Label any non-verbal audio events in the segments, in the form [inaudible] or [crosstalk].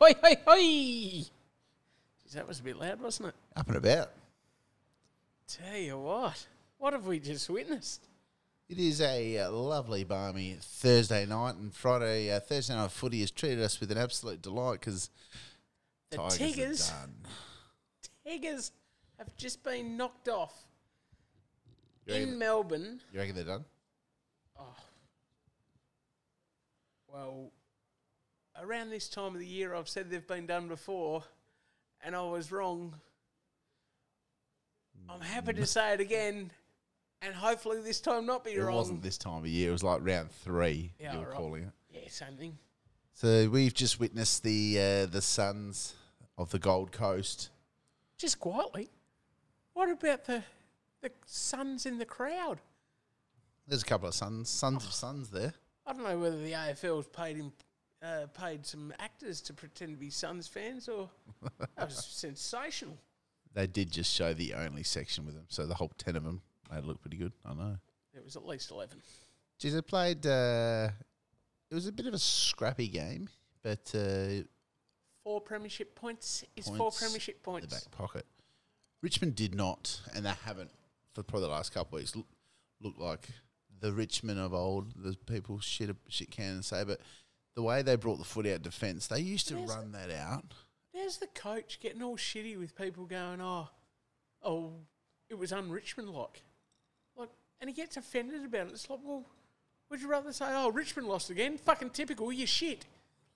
Hoi, hoi, hoi! Jeez, that was a bit loud, wasn't it? Up and about. Tell you what, what have we just witnessed? It is a uh, lovely, balmy Thursday night, and Friday, uh, Thursday night footy has treated us with an absolute delight because The Tigers Tigers, are done. Tigers have just been knocked off You in reckon, Melbourne. Oh. you reckon they're done? Well, around this time of the year, I've said they've been done before, and I was wrong. I'm happy [laughs] to say it again, and hopefully this time not be It wrong. wasn't this time of year. It was like round three. Yeah, you were right. calling it. Yeah, same thing. So we've just witnessed the uh, the Suns of the Gold Coast. Just quietly. What about the the suns in the crowd? There's a couple of Suns, Sons of Suns there. I don't know whether the AFL's paid him, uh, paid some actors to pretend to be Suns fans, or [laughs] that was sensational. They did just show the only section with them, so the whole ten of them. They look pretty good. I know. It was at least eleven. Geez, I played. Uh, it was a bit of a scrappy game, but uh, Four premiership points is four Points, premiership the points. back pocket. Richmond did not, and they haven't for probably the last couple of weeks. Look, look like the Richmond of old. The people shit shit can and say, but the way they brought the foot out defence, they used to Yes. run that out. There's the coach getting all shitty with people going, "Oh, oh, it was un-Richmond like." Like, and he gets offended about it. It's like, well, would you rather say, "Oh, Richmond lost again"? Fucking typical. You shit.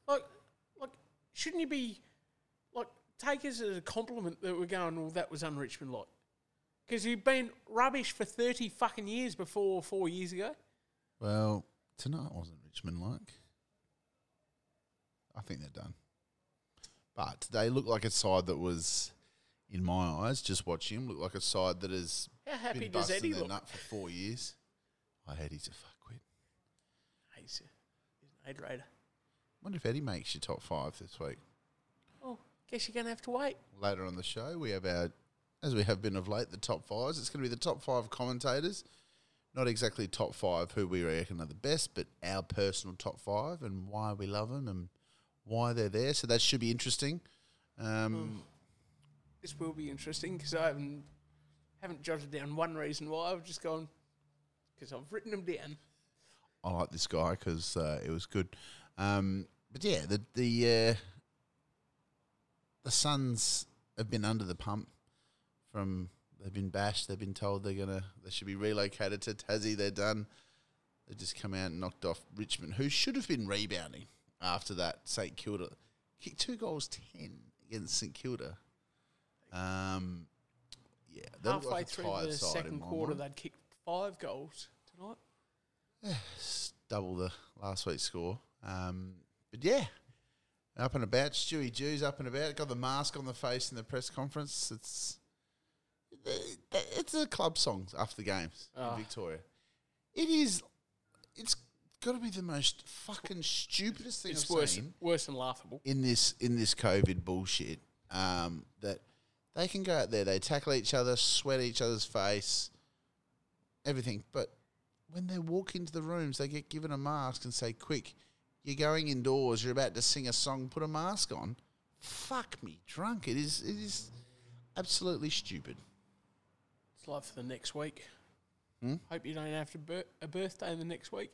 Like, like, shouldn't you be like take it as a compliment that we're going, "Well, that was un-Richmond like," because you've been rubbish for thirty fucking years before four years ago. Well, tonight wasn't Richmond like. I think they're done. But they look like a side that was, in my eyes, just watching them, look like a side that has How happy been does busting Eddie their look? nut for four years. I heard he's a fuckwit. He's, a, he's an aid raider. wonder if Eddie makes your top five this week. Oh, guess you're gonna have to wait. Later on the show, we have our, as we have been of late, the top fives. It's going to be the top five commentators. Not exactly top five who we reckon are the best, but our personal top five and why we love them and why they're there. So that should be interesting. Hmm. Um, this will be interesting because I haven't haven't jotted down one reason why. I've just gone because I've written them down. I like this guy because uh, it was good. Um, but yeah, the the uh, the Suns have been under the pump from they've been bashed. They've been told they're gonna they should be relocated to Tassie. They're done. They just come out and knocked off Richmond, who should have been rebounding after that. St Kilda kicked two goals ten against St Kilda. Um, yeah, they look Halfway like a through tired the side in second my quarter, mind. they'd kicked five goals tonight. s- double the last week's score. Um, but yeah, up and about. Stewie Jew's up and about. Got the mask on the face in the press conference. It's it's a club song after the games Ah. in Victoria. It is. It's got to be the most fucking stupidest thing It's I've worse, seen worse than laughable. in this in this COVID bullshit. Um, that they can go out there, they tackle each other, sweat each other's face, everything. But when they walk into the rooms, they get given a mask and say, "Quick, you're going indoors. You're about to sing a song. Put a mask on." Fuck me, drunk. It is. It is absolutely stupid. It's like for the next week. Hmm? Hope you don't have to bir- a birthday in the next week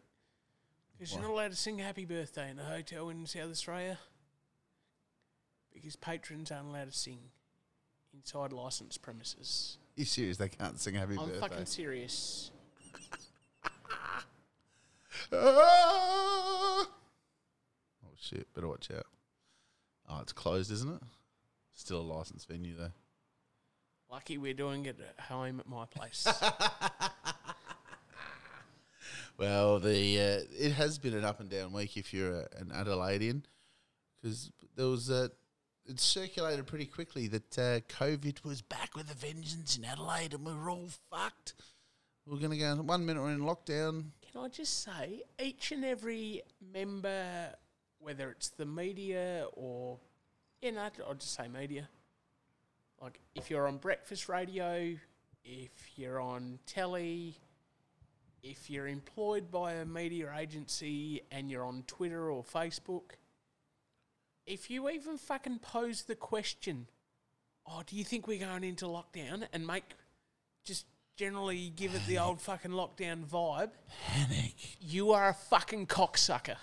because you're not allowed to sing "Happy Birthday" in a hotel in South Australia because patrons aren't allowed to sing inside licensed premises. You serious? They can't sing happy I'm birthday. [laughs] fucking serious. Ah! Oh shit! Better watch out. Oh, it's closed, isn't it? Still a licensed venue though. Lucky we're doing it at home at my place. Well, the uh, it has been an up and down week if you're a, an Adelaidean, because there was a it circulated pretty quickly that uh, COVID was back with a vengeance in Adelaide, and we we're all fucked. We're gonna go one minute we're in lockdown. Can I just say, each and every member, whether it's the media or, you know, I'll just say media. Like, if you're on breakfast radio, if you're on telly, if you're employed by a media agency and you're on Twitter or Facebook, if you even fucking pose the question, oh, do you think we're going into lockdown and make just generally give it the old fucking lockdown vibe, Panic. you are a fucking cocksucker.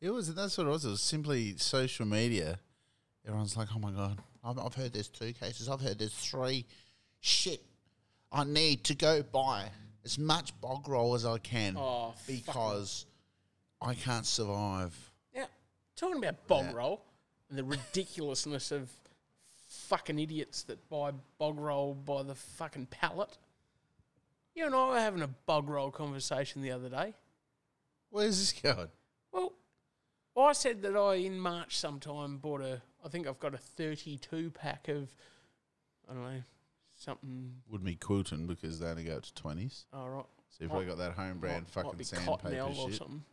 It was that's what it was. It was simply social media. Everyone's like, "Oh my god, I've, I've heard there's two cases. I've heard there's three. Shit, I need to go buy as much bog roll as I can Oh, fuck. because I can't survive." Now, talking about bog Yeah. roll and the ridiculousness of fucking idiots that buy bog roll by the fucking pallet. You and I were having a bog roll conversation the other day. Where's this [laughs] going? Well, I said that I in March sometime bought a. I think I've got a thirty-two pack of. I don't know something. Would be Quilton because they only go up to twenties. All right. So you've Might- probably got that home brand might, fucking might be sandpaper Cottonelle or shit, something.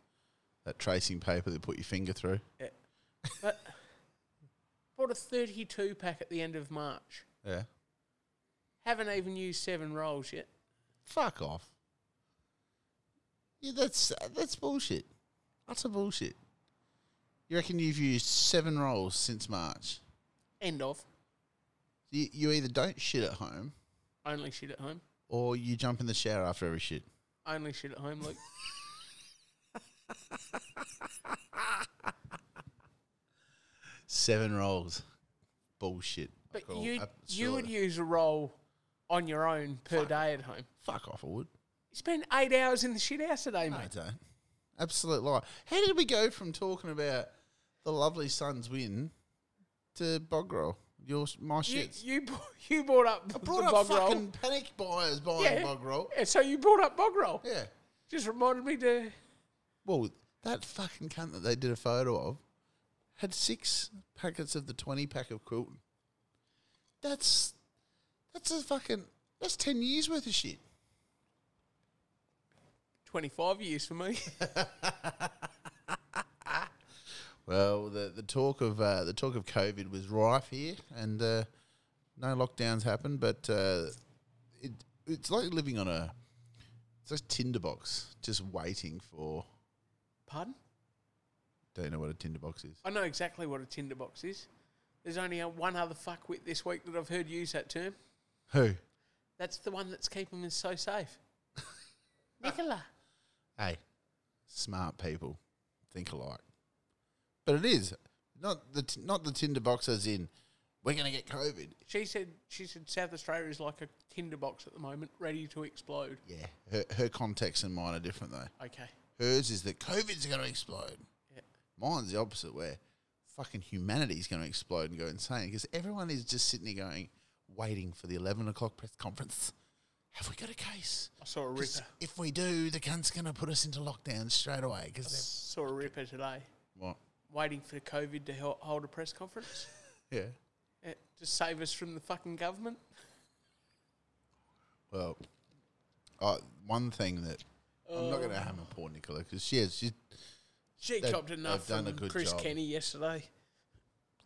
that tracing paper that put your finger through. But bought a thirty-two pack at the end of March. Yeah, Haven't even used seven rolls yet. fuck off. Yeah, that's that's bullshit. That's a bullshit. You reckon you've used seven rolls since March? End of. You, you either don't shit at home Only shit at home. or you jump in the shower after every shit. Only shit at home, Luke. Seven rolls, bullshit. I But call you ab- you would absolute- use a roll on your own per day at home. fuck off. I would. You spent eight hours in the shit house today, No, mate. I don't. Absolute lie. How did we go from talking about the lovely Suns win to Bogrel? Your my You, shits. you bou- you brought up I the brought up bog fucking roll. panic buyers buying Yeah. Bogrel. Yeah, so you brought up bog roll. Yeah. Just reminded me to. Well, that fucking cunt that they did a photo of had six packets of the twenty pack of Quilton. That's that's a fucking that's ten years worth of shit. 25 years for me. [laughs] Well, the the talk of uh, the talk of COVID was rife here, and uh, no lockdowns happened. But uh, it it's like living on a it's like a tinderbox, just waiting for. Pardon? Don't know what a tinderbox is. I know exactly what a tinderbox is. There's only a, one other fuckwit this week that I've heard use that term. Who? That's the one that's keeping us so safe. Nicola. Hey, smart people think alike. But it is not the t- not the tinderbox as in we're going to get COVID. She said she said South Australia is like a tinderbox at the moment, ready to explode. Yeah, her, her context and mine are different though. Okay. Hers is that COVID's going to explode. Yeah. Mine's the opposite, where fucking humanity's going to explode and go insane because everyone is just sitting there going, waiting for the 11 o'clock press conference. Have we got a case? I saw a 'Cause ripper. If we do, the cunt's going to put us into lockdown straight away because Saw a ripper today, what? waiting for the COVID to hel- hold a press conference Yeah. eh, to save us from the fucking government. Well, uh, one thing that I'm not going to hammer poor Nicola because she has, she Oh, She They've- copped enough they've done from a good Chris job. Kenny yesterday.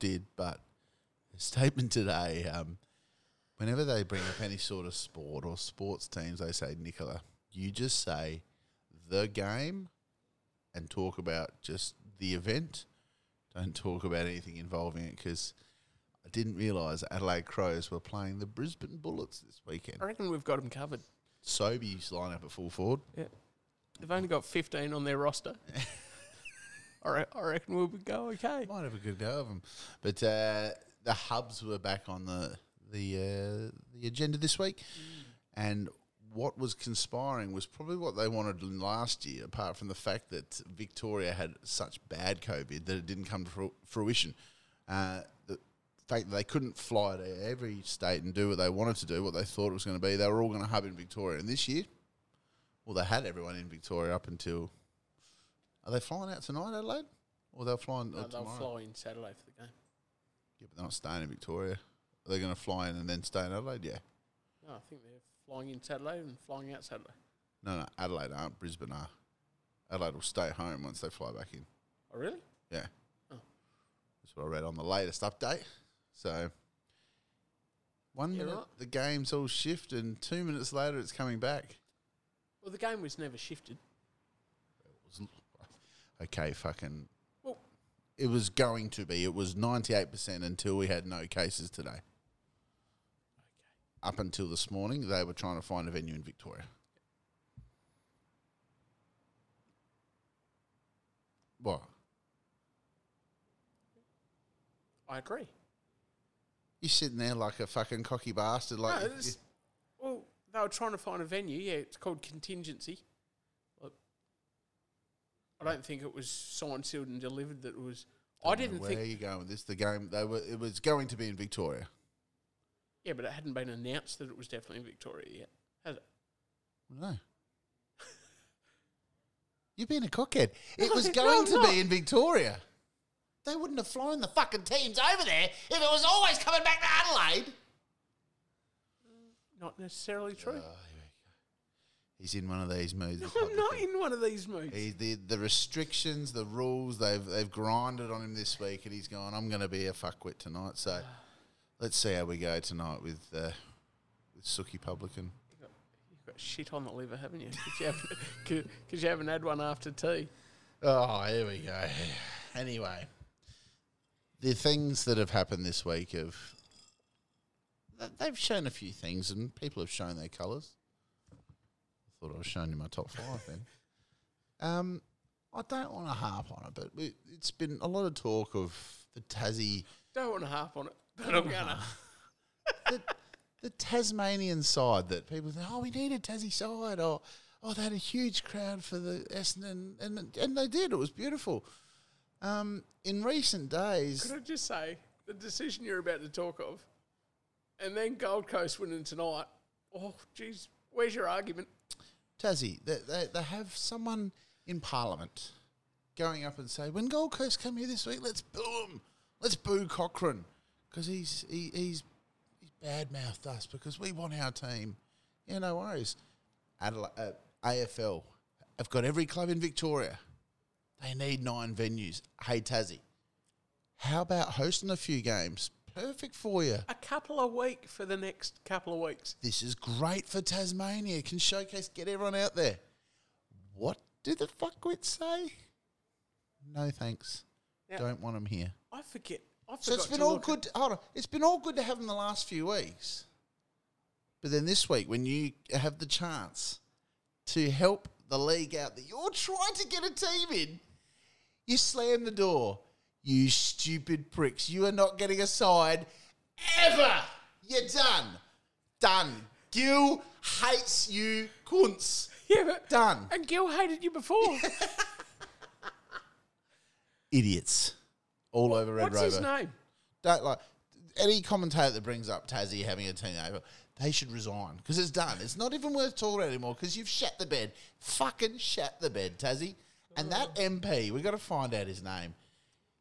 did, but the statement today, um, whenever they bring up any sort of sport or sports teams, they say, Nicola, you just say the game and talk about just the event. Don't talk about anything involving it because I didn't realise Adelaide Crows were playing the Brisbane Bullets this weekend. I reckon we've got them covered. Sobey's line up at full forward. Yeah. They've only got 15 on their [laughs] roster. I, re- I reckon we'll be go okay. Might have a good go of them. But uh, the hubs were back on the the uh, the agenda this week, and what was conspiring was probably what they wanted in last year. Apart from the fact that Victoria had such bad COVID that it didn't come to fru- fruition. Uh, the fact that they couldn't fly to every state and do what they wanted to do, what they thought it was going to be, they were all going to hub in Victoria. And this year, well, they had everyone in Victoria up until. Are they flying out tonight, Adelaide? Or they're flying No, uh, they'll tomorrow? fly in Saturday for the game. Yeah, but they're not staying in Victoria. Are they going to fly in and then stay in Adelaide? Yeah. No, I think they're flying in Saturday and flying out Saturday. No, no, Adelaide aren't. Brisbane are. Adelaide will stay home once they fly back in. Oh, really? Yeah. Oh. That's what I read on the latest update. So, one Yeah, minute right. the game's all shift, and two minutes later it's coming back. Well, the game was never shifted. Okay, fucking Well, It was going to be. It was 98% until we had no cases today. Up until this morning, they were trying to find a venue in Victoria. What? I agree. You sitting there like a fucking cocky bastard, like no, it's, well, they were trying to find a venue. Yeah, it's called contingency. Like, I don't think it was signed, sealed, and delivered. That it was. I Don't know didn't where think. you going with this? The game they were. It was going to be in Victoria. Yeah, but it hadn't been announced that it was definitely in Victoria yet. Has it? No. [laughs] You've been a cockhead. It was No, going I'm to not. be in Victoria. They wouldn't have flown the fucking teams over there if it was always coming back to Adelaide. Not necessarily Oh, true. He's in one of [laughs] these moods. the I'm public not thing. in one of these moods. He, the, the restrictions, the rules, they've they've grinded on him this week, and he's gone. I'm going to be a fuckwit tonight. So let's see how we go tonight with uh, with Suki Publican. You've got, you've got shit on the liver, haven't you? Because you, haven't- [laughs] 'cause- 'cause you haven't had one after tea. Oh, here we go. Anyway, the things that have happened this week have th- they've shown a few things, and people have shown their colours. I thought I was showing you my top five then. Um, I don't want to harp on it, but it, it's been a lot of talk of the Tassie, Don't want to harp on it, but I'm gonna. the, the Tasmanian side that people say, oh, we need a Tassie side, or oh, they had a huge crowd for the Essendon, and and they did. It was beautiful. Um, in recent days, Could I just say the decision you're about to talk of, and then Gold Coast winning tonight? Oh, jeez, where's your argument? Tassie, they, they, they have someone in Parliament going up and say, when Gold Coast come here this week, let's boo him. Let's boo Cochrane because he's, he, he's, he's bad mouthed us because we want our team. Yeah, no worries. Adela- uh, AFL have got every club in Victoria. They need nine venues. Hey, Tassie, how about hosting a few games? Perfect for you A couple a week for the next couple of weeks. this is great for Tasmania. Can showcase, get everyone out there. What do the fuckwits say? No thanks. Yeah. Don't want them here. I forget. I forgot So it's been to all look at- good. hold on, it's been all good to have them the last few weeks. But then this week, when you have the chance to help the league out that you're trying to get a team in, you slam the door. You stupid pricks! You are not getting a side ever. You're done. Done. Gil hates you, cunts. [laughs] yeah, but Done. and Gil hated you before. Idiots. All over [laughs] Red What's Rover. his name? don't like any commentator that brings up Tassie having a teenager. They should resign because it's done. It's not even worth talking about anymore because you've shat the bed. Fucking shat the bed, Tassie. And that MP, we got to find out his name.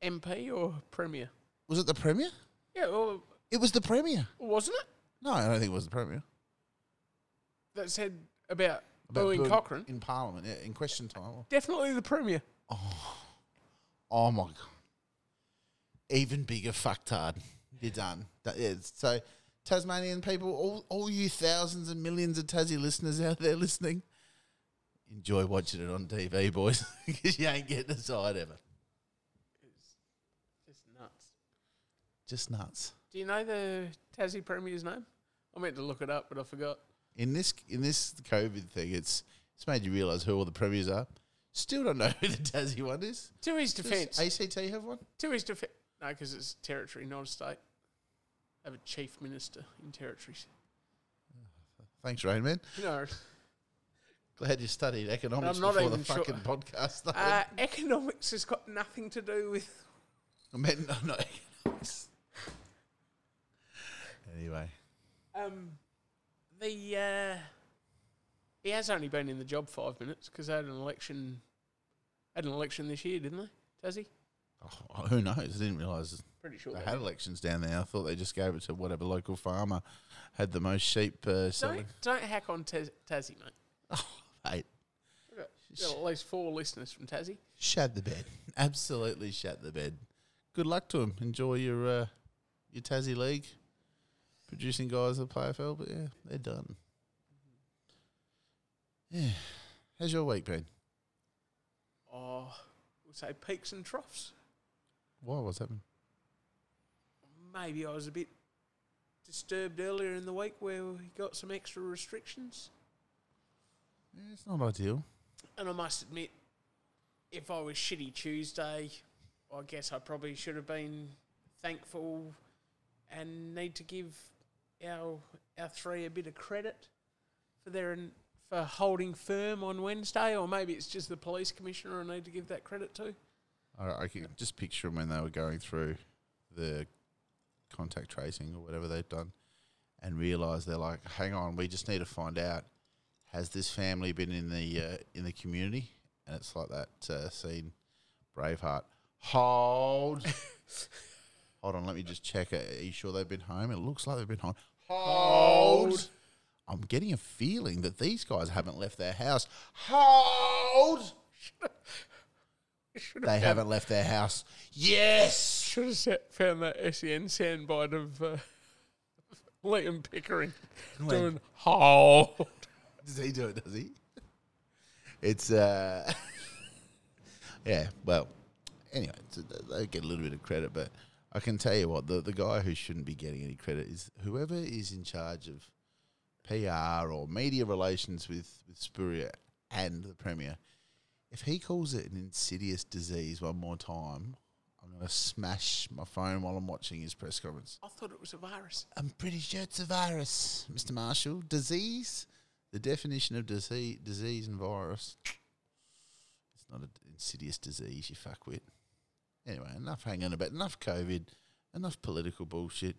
MP or Premier? Was it the Premier? Yeah, well, It was the Premier. wasn't it No, I don't think it was the Premier. that said about, But booing Boone Oh, Cochrane? In Parliament, yeah, in question time. Definitely the Premier. Oh my God. Even bigger fucktard. You're done. That- yeah, so, Tasmanian people, all, all you thousands and millions of Tassie listeners out there listening, enjoy watching it on TV, boys, [laughs] because you ain't getting a side ever. Just nuts. Just nuts. Do you know the Tassie Premier's name? I meant to look it up, but I forgot. In this in this COVID thing, it's it's made you realise who all the premiers are. Still don't know [laughs] who the Tassie one is. To his Does defence, ACT have one? to his defence, no, because it's territory, not a state. Have a chief minister in territories. Thanks, Rain Man. [laughs] No, Glad you studied economics I'm not before the even sure. fucking podcast started. uh, economics has got nothing to do with. I meant no, not economics. Anyway, Um, the uh, he has only been in the job five minutes because they had an election, had an election this year, didn't they? Tassie, oh, who knows? I didn't realise pretty sure. they they had did. elections down there. I thought they just gave it to whatever local farmer had the most sheep uh, Don't selling. don't hack on Tas- Tassie, mate. Oh, mate, We've got, we've got at least four listeners from Tassie. shat the bed. [laughs] Absolutely shat the bed. Good luck to him. Enjoy your uh, your Tassie league. Producing guys that play AFL, but yeah, they're done. Yeah. How's your week been? Oh, we'll say peaks and troughs. Why? What's happened? Maybe I was a bit disturbed earlier in the week where we got some extra restrictions. Yeah, it's not ideal. And I must admit, if I was shitty Tuesday, I guess I probably should have been thankful and need to give our our three a bit of credit for their for holding firm on Wednesday, or maybe it's just the police commissioner I need to give that credit to. I, I can just picture 'em when they were going through the contact tracing or whatever they've done and realised they're like, hang on, we just need to find out has this family been in the uh, in the community? And it's like that uh, scene, Braveheart. Hold, hold on. Let me just check. it. Are you sure they've been home? It looks like they've been home. Hold. I'm getting a feeling that these guys haven't left their house. Hold. Should They haven't left their house. Yes. should have found that SEN soundbite of uh, Liam Pickering Wait. doing hold. Does he do it? Does he? It's uh, [laughs] yeah. Well, anyway, so th- they get a little bit of credit, but I can tell you what the the guy who shouldn't be getting any credit is whoever is in charge of PR or media relations with with Spurrier and the Premier. If he calls it an insidious disease one more time, I'm going to smash my phone while I'm watching his press conference. I thought it was a virus. I'm pretty sure it's a virus, Mr. Marshall. Disease? The definition of disease, disease and virus. It's not an insidious disease, you fuckwit. Anyway, enough hanging about, enough COVID, enough political bullshit.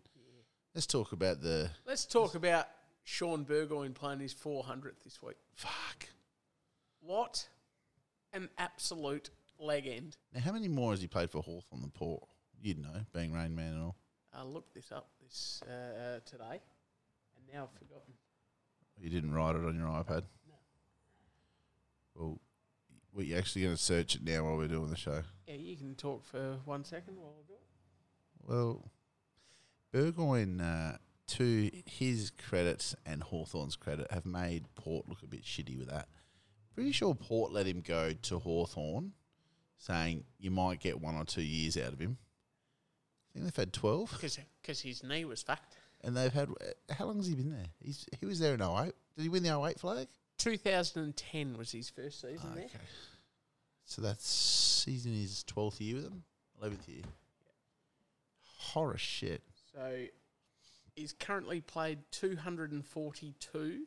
Let's talk about the Let's talk about Sean Burgoyne playing his 400th this week. fuck. What an absolute leg end. Now, how many more has he played for Hawthorn the Port? You'd know, being Rain Man and all. I looked Uh, this up this uh, today, and now I've forgotten. You didn't write it on your iPad? Well, well, you're actually going to search it now while we're doing the show. Yeah, you can talk for one second while I do it. Well, Burgoyne, uh, to his credit and Hawthorn's credit, have made Port look a bit shitty with that. Pretty sure Port let him go to Hawthorn, saying you might get one or two years out of him. I think they've had 12. Because his knee was fucked. And they've had. uh, How long has he been there? He's, he was there in 08. Did he win the 08 flag? Ah, 2010 was his first season there. So that's he's in his 12th year with them? 11th year. Horror shit. So he's currently played 242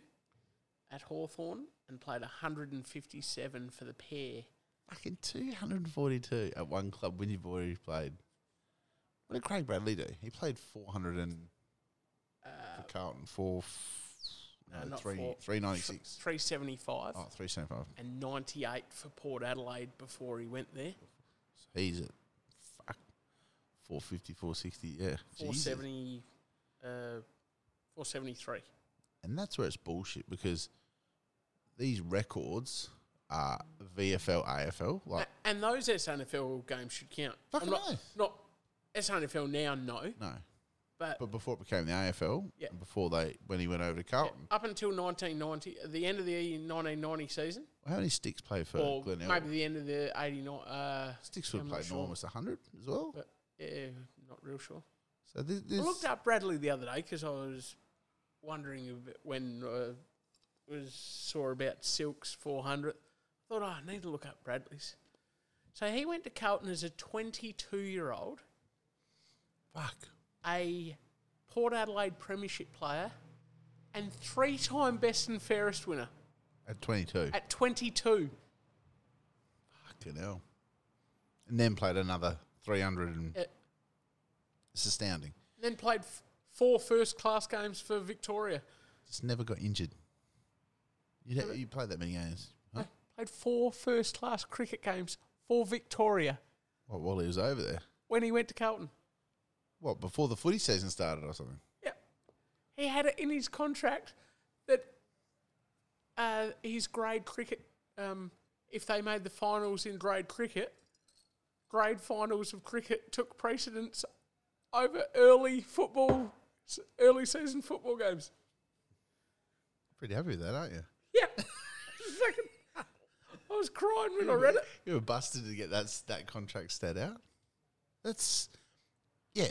at Hawthorn and played 157 for the pair. Fucking 242 at one club when you've already played. What did Craig Bradley do? He played 400 and Uh, for Carlton, four, no, no, not three, four. 396. 375 Oh, 375. and 98 for Port Adelaide before he went there. So he's at fuck, 450, 460. Yeah. Jesus. 470, uh, 473. And that's where it's bullshit because these records are VFL, AFL. Like, A- and those SNFL games should count. Fucking not, oath. not SNFL now, no, no. but, But before it became the AFL, Yeah. and before they, when he went over to Carlton, up until 1990, at the end of the 1990 season, how many sticks played for or Glenelg? maybe the end of the 89, uh, Sticks would I'm have not played sure. almost 100 as well. but yeah, not real sure. So this, I this looked up Bradley the other day because I was wondering a bit when uh, was saw about Silk's 400. Thought oh, I need to look up Bradley's. So he went to Carlton as a 22 year old, fuck. a Port Adelaide Premiership player, and three time best and fairest winner At 22. at 22. Fucking hell. And then played another 300. And Uh, it's astounding. then played f- four first class games for Victoria. Just never got injured. You, don't- you played that many games. Huh? No, Played four first class cricket games for Victoria What, while he was over there? when he went to Carlton. What, before the footy season started or something? Yeah. He had it in his contract that uh, his grade cricket, um, if they made the finals in grade cricket, grade finals of cricket took precedence over early football, s- early season football games. Pretty happy with that, aren't you? Yeah. [laughs] Fucking- I was crying when I read it. You were busted to get that, s- that contract stat out. That's yeah,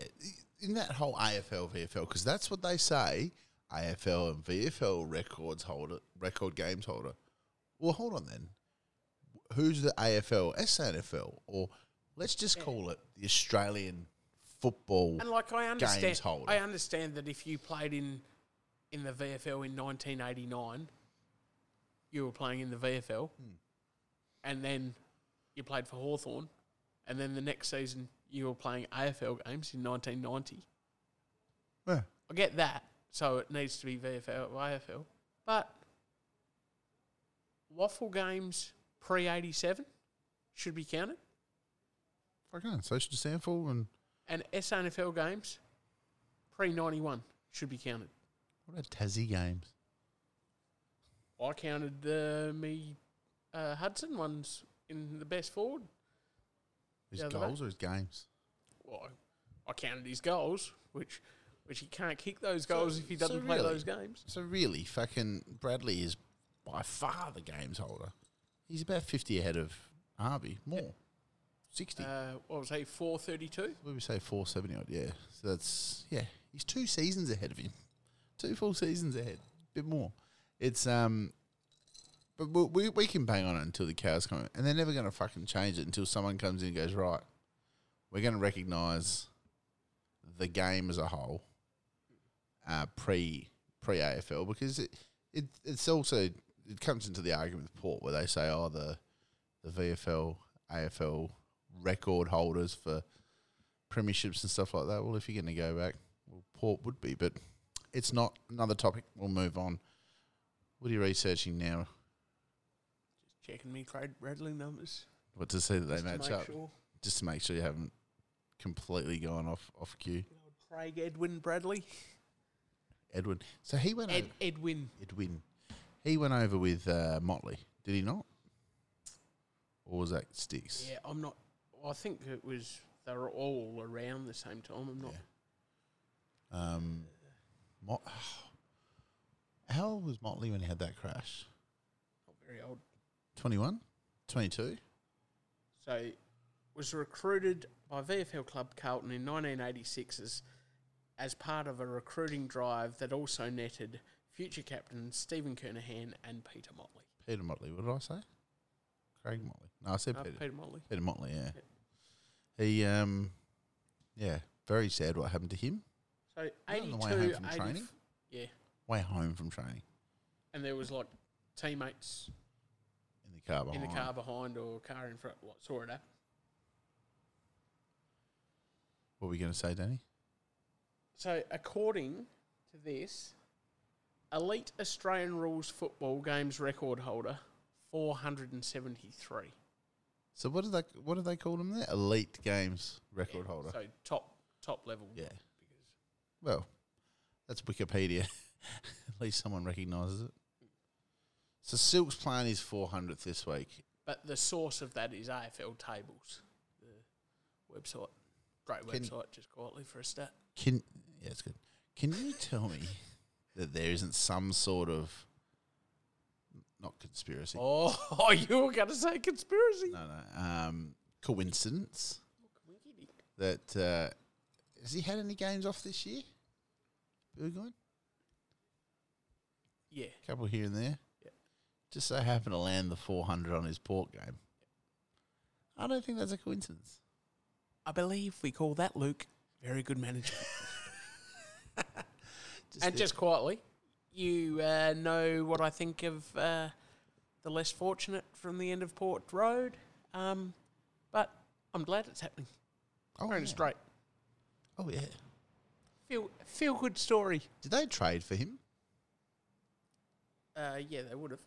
in that whole AFL VFL because that's what they say. AFL and VFL records holder, record games holder. Well, hold on then. Who's the AFL, SNFL, or let's just call it the Australian football? And like I understand, Games holder. I understand that if you played in in the VFL in 1989, you were playing in the VFL, and then you played for Hawthorn, and then the next season you were playing AFL games in 1990. Yeah. I get that, so it needs to be VFL AFL, but waffle games pre 87 should be counted. Okay, social sample and and SNFL games pre 91 should be counted. what about Tassie games? I counted uh, me uh, Hudson ones in the best forward. His Yeah, the goals or his games? Well, I counted his goals, which which he can't kick those goals if he so doesn't play really- those games. So really, fucking Bradley is by far the games holder. He's about fifty ahead of Harvey. More, sixty. Uh, what was he, 432? we would say four seventy odd. Yeah, so that's yeah. He's two seasons ahead of him. [laughs] Two full seasons ahead, bit more. It's um, but we we, we can bang on it until the cows come, in. and they're never going to fucking change it until someone comes in and goes right. We're going to recognise the game as a whole, uh, pre pre AFL because it, it it's also it comes into the argument with Port where they say oh the the VFL AFL record holders for premierships and stuff like that. Well, if you're going to go back, well, Port would be, but it's not. Another topic. We'll move on. What are you researching now? Checking me trade Bradley numbers. What to see that they just to match make up, Sure. just to make sure you haven't completely gone off off cue. You know, Craig Edwin Bradley. Edwin. So he went. Ed, over, Edwin. Edwin. He went over with uh, Motley, did he not? Or was that Sticks? Yeah, I'm not. I think it was. They were all around the same time. I'm not. Yeah. Um, Mot- [sighs] how old was Motley when he had that crash? not very old. 21? 22? So, was recruited by VFL club Carlton in 1986 as, as part of a recruiting drive that also netted future captain Stephen Kernahan and Peter Motley. Peter Motley. What did I say? Craig Motley. No, I said Uh, Peter. Peter Motley. Peter Motley. Yeah. He. Um. Yeah. Very sad what happened to him. So that on 82, the way home from 80 training? yeah, Way home from training and there was like teammates in the car behind. in the car behind or car in front, what saw it eh? happen. What were we going to say, Danny? So, according to this, elite Australian rules football games record holder, 473. So what did they what did they call him there? Elite Games record Yeah, holder. So top top level. Yeah. Because Well, that's Wikipedia. [laughs] At least someone recognises it. So Silk's playing his 400th this week. But the source of that is AFL tables, the website. Great Can- website, just quietly for a stat. Can yeah, it's good. Can you tell me that there isn't some sort of not conspiracy? Oh, [laughs] you were going to say conspiracy. No, no. Um, coincidence Wiggity. that uh, has he had any games off this year? Burgoyne, Yeah. a couple here and there. Yeah. Just so happened to land the 400 on his port game. I don't think that's a coincidence. I believe we call that Luke very good manager. [laughs] [laughs] and the- just quietly, you uh, know what I think of uh, the less fortunate from the end of Port Road. Um, but I'm glad it's happening. oh, We're in yeah. a straight. oh yeah. Feel feel good story. Did they trade for him? Uh, yeah, they would have.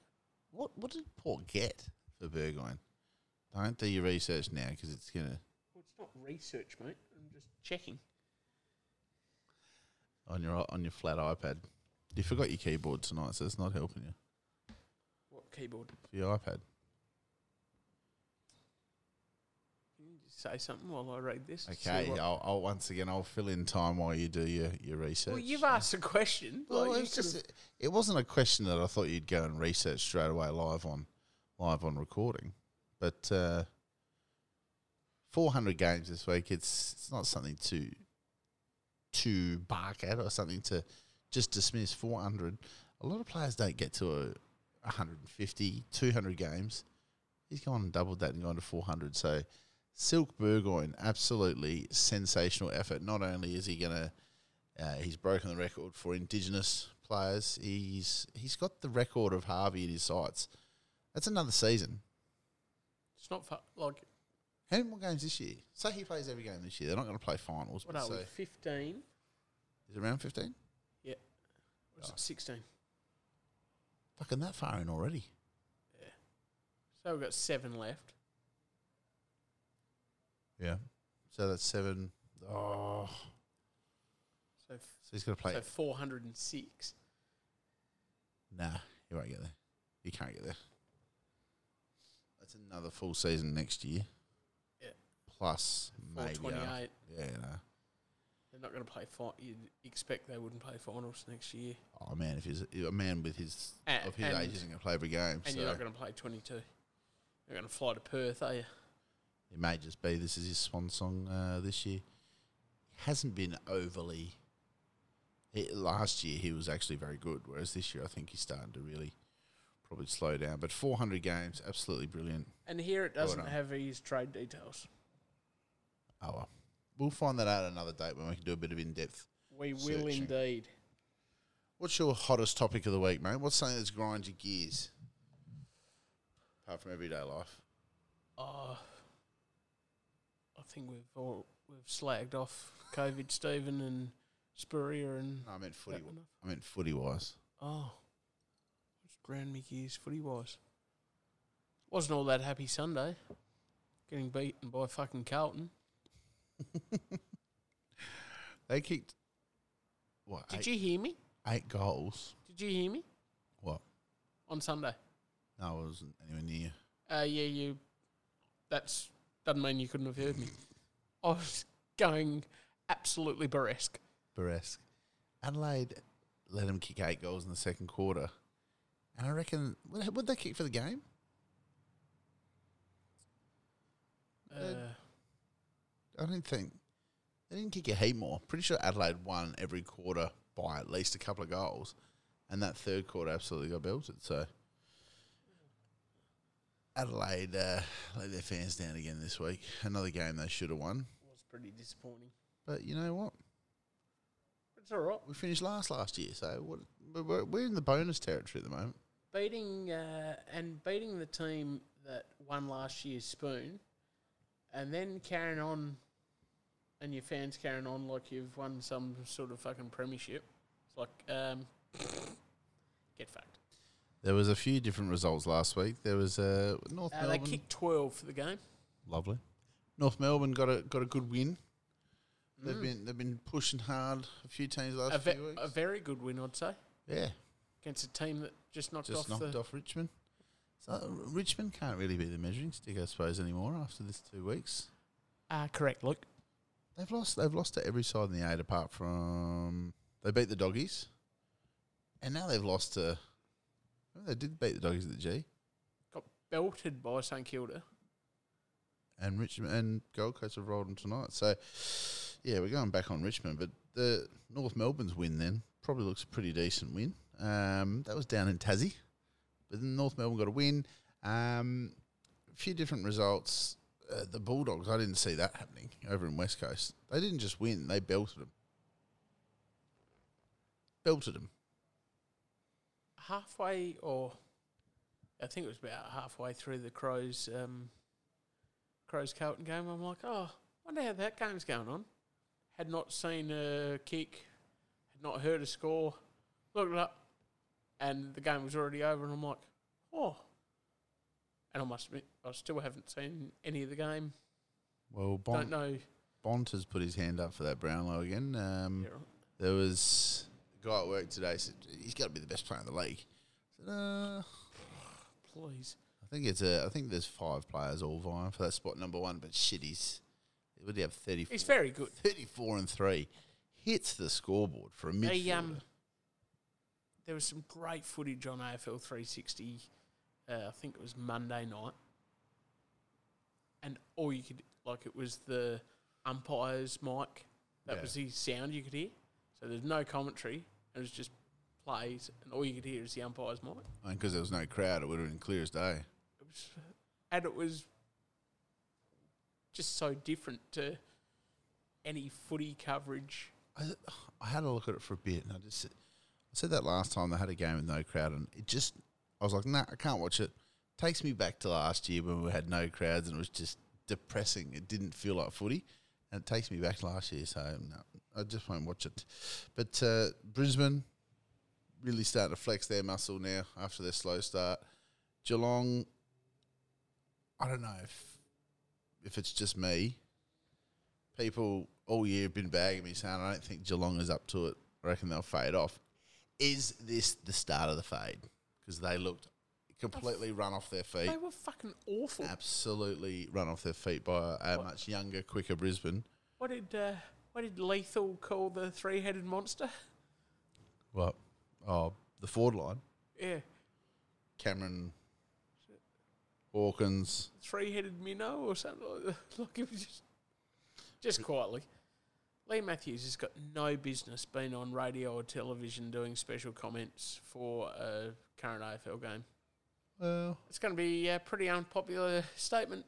What what did Port get for Burgoyne? Don't do your research now because it's gonna Well, it's not research, mate. I'm just checking. on your on your flat iPad. You forgot your keyboard tonight, so it's not helping you What keyboard? for your iPad. Can you just say something while I read this? to see Okay, what- I'll, I'll once again I'll fill in time while you do your, your research. Well, you've asked a question. Well, like, it, you was could've- just, it wasn't a question that I thought you'd go and research straight away live on live on recording, but uh, 400 games this week. It's it's not something to to bark at or something to just dismiss. 400. A lot of players don't get to a 150, 200 games. He's gone and doubled that and gone to 400. So Silk Burgoyne, absolutely sensational effort. Not only is he going to uh, he's broken the record for Indigenous players. He's he's got the record of Harvey at his sights. That's another season. It's not fa- like How many more games this year? Say he plays every game this year. They're not going to play finals. what but are say, we? Fifteen? is it round fifteen? Oh, Yeah. Or is it sixteen? Fucking that far in already. So we've got seven left. Yeah. So that's seven. Oh, So f- so he's going to play. so four hundred and six. Nah, he won't get there. He can't get there. That's another full season next year. Yeah. Plus Four maybe. twenty uh, eight. Yeah. Nah. They're not going to play. Fi- you'd expect they wouldn't play finals next year, Oh man, if he's a man with his A- of his and- age isn't going to play every game, and so you're not going to play twenty two. You're going to fly to Perth, are you? it may just be this is his swan song uh, this year. He hasn't been overly. He, last year he was actually very good, whereas this year I think he's starting to really probably slow down. But 400 games, absolutely brilliant. And here it Well doesn't done. have his trade details. Oh well, we'll find that out another date when we can do a bit of in depth. We will Searching. indeed. What's your hottest topic of the week, mate? What's something that's grind your gears apart from everyday life? Uh, I think we've all we've slagged off COVID, Stephen and Spurrier and No, I meant that footy. one off. I meant footy wise. Oh, what's Grand Mickey's footy wise? Wasn't all that happy Sunday, getting beaten by fucking Carlton. [laughs] They kicked what Did eight, you hear me? eight goals. Did you hear me What? on Sunday? No, I wasn't anywhere near. Uh, yeah, you. That's doesn't mean you couldn't have heard me. I was going absolutely burlesque. Burlesque. Adelaide let them kick eight goals in the second quarter, and I reckon would would they kick for the game? Uh, Uh, I didn't think they didn't kick a heap more. Pretty sure Adelaide won every quarter by at least a couple of goals, and that third quarter absolutely got belted. So Adelaide uh, let their fans down again this week. Another game they should have won, was pretty disappointing. but you know what? It's all right. We finished last last year, so what, we're- we're, we're in the bonus territory at the moment. beating uh, and beating the team that won last year's spoon, and then carrying on, and your fans carrying on like you've won some sort of fucking premiership. It's like, um, get fucked. There was a few different results last week. There was uh, North Uh, they Melbourne, kicked twelve for the game. lovely. North Melbourne got a got a good win. They've Mm. been they've been pushing hard. A few teams last a, ve- few weeks. a very good win, I'd say, yeah, against a team that just knocked just off knocked the. off Richmond. So R- Richmond can't really be the measuring stick, I suppose, anymore after this two weeks. Ah, correct. Look, They've lost. They've lost to every side in the eight, apart from they beat the doggies, and now they've lost to. oh, They did beat the doggies at the G, got belted by St Kilda. and Richmond and Gold Coast have rolled them tonight. So, yeah, we're going back on Richmond, but the North Melbourne's win then probably looks a pretty decent win. Um, that was down in Tassie, but then North Melbourne got a win. Um, a few different results. Uh, the Bulldogs, I didn't see that happening over in West Coast. They didn't just win; they belted them. Belted them. halfway or I think it was about halfway through the Crows um, Crows Carlton game, I'm like, oh, wonder how that game's going on. Had not seen a kick, had not heard a score, looked it up, and the game was already over, and I'm like, oh. And I must admit, I still haven't seen any of the game. Well, Don't Bont, know. Bont has put his hand up for that Brownlow again. Um, Yeah, right. There was a guy at work today said he's got to be the best player in the league. I said, uh, Please. I think it's a. I think there's five players all vying for that spot number one. But shit, he's would he have 34, He's very good. 34 and three hits the scoreboard for a midfielder. They, um, there was some great footage on AFL 360. Uh, I think it was Monday night and all you could like it was the umpire's mic. That Yeah. was the sound you could hear. So there's no commentary. It was just plays, and all you could hear is the umpire's mic. Because there was no crowd, it would have been clear as day. It was, and it was just so different to any footy coverage. I, I had a look at it for a bit, and I just said, I said that last time they had a game with no crowd, and it just I was like, nah, I can't watch it. Takes me back to last year when we had no crowds, and it was just depressing. It didn't feel like footy, and it takes me back to last year. So no, I just won't watch it. But uh, Brisbane really starting to flex their muscle now after their slow start. Geelong, I don't know if if it's just me, people all year have been bagging me saying I don't think Geelong is up to it. I reckon they'll fade off. Is this the start of the fade? Because they looked completely run off their feet, They were fucking awful. absolutely run off their feet by a much younger, quicker Brisbane. What did uh, what did Lethal call the three-headed monster? What? Oh, the Ford line. Yeah, Cameron Hawkins. three-headed minnow or something. Like, that. [laughs] like it was just just quietly. Lee Matthews has got no business being on radio or television doing special comments for a current AFL game. Well, It's going to be a pretty unpopular statement.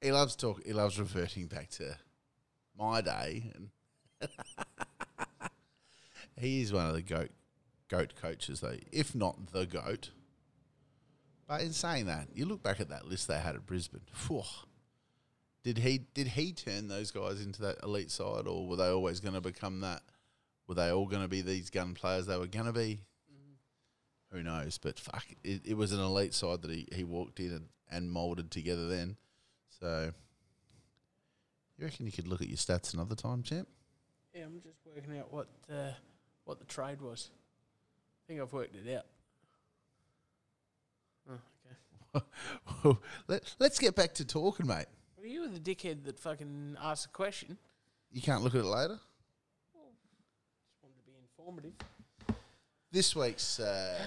he loves talk. He loves reverting back to my day, and [laughs] he is one of the goat goat coaches, though, if not the goat. But in saying that, you look back at that list they had at Brisbane. Phew. Did he did he turn those guys into that elite side, or were they always going to become that? Were they all going to be these gun players they were going to be? Who knows? But fuck, it, it was an elite side that he, he walked in and, and moulded together then. So, you reckon you could look at your stats another time, champ? Yeah, I'm just working out what uh, what the trade was. I think I've worked it out. Oh, okay. Let, let's get back to talking, mate. Well, you were the dickhead that fucking asked the question. You can't look at it later. Just wanted to be informative. This week's uh,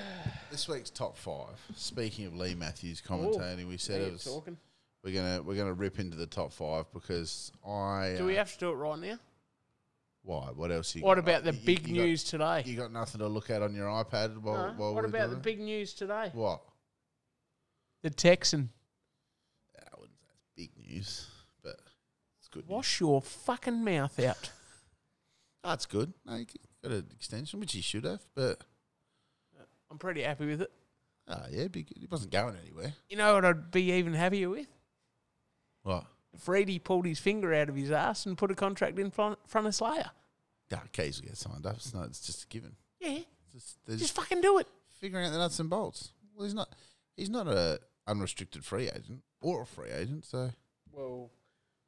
this week's top five. Speaking of Lee Matthews commentating, we said Now it you're was, talking. we're gonna we're gonna rip into the top five because I. Do we uh, have to do it right now? why? What else? You What got? about the You- big you got- news today? you got nothing to look at on your iPad while, No? while What we're about the doing it? big news today? What? The Texan. I wouldn't say it's big news, but it's good. news. Wash your fucking mouth out. That's good. No, you got an extension, which he should have, but I'm pretty happy with it. oh yeah, be good. he wasn't going anywhere. You know what I'd be even happier with? What? If Reedy pulled his finger out of his ass and put a contract in front, front of Slayer. Dark Keys will get signed up. It's not. It's just a given. Yeah, It's just, they're just just fucking do it. figuring out the nuts and bolts. Well, he's not. He's not a unrestricted free agent or a free agent. So Well,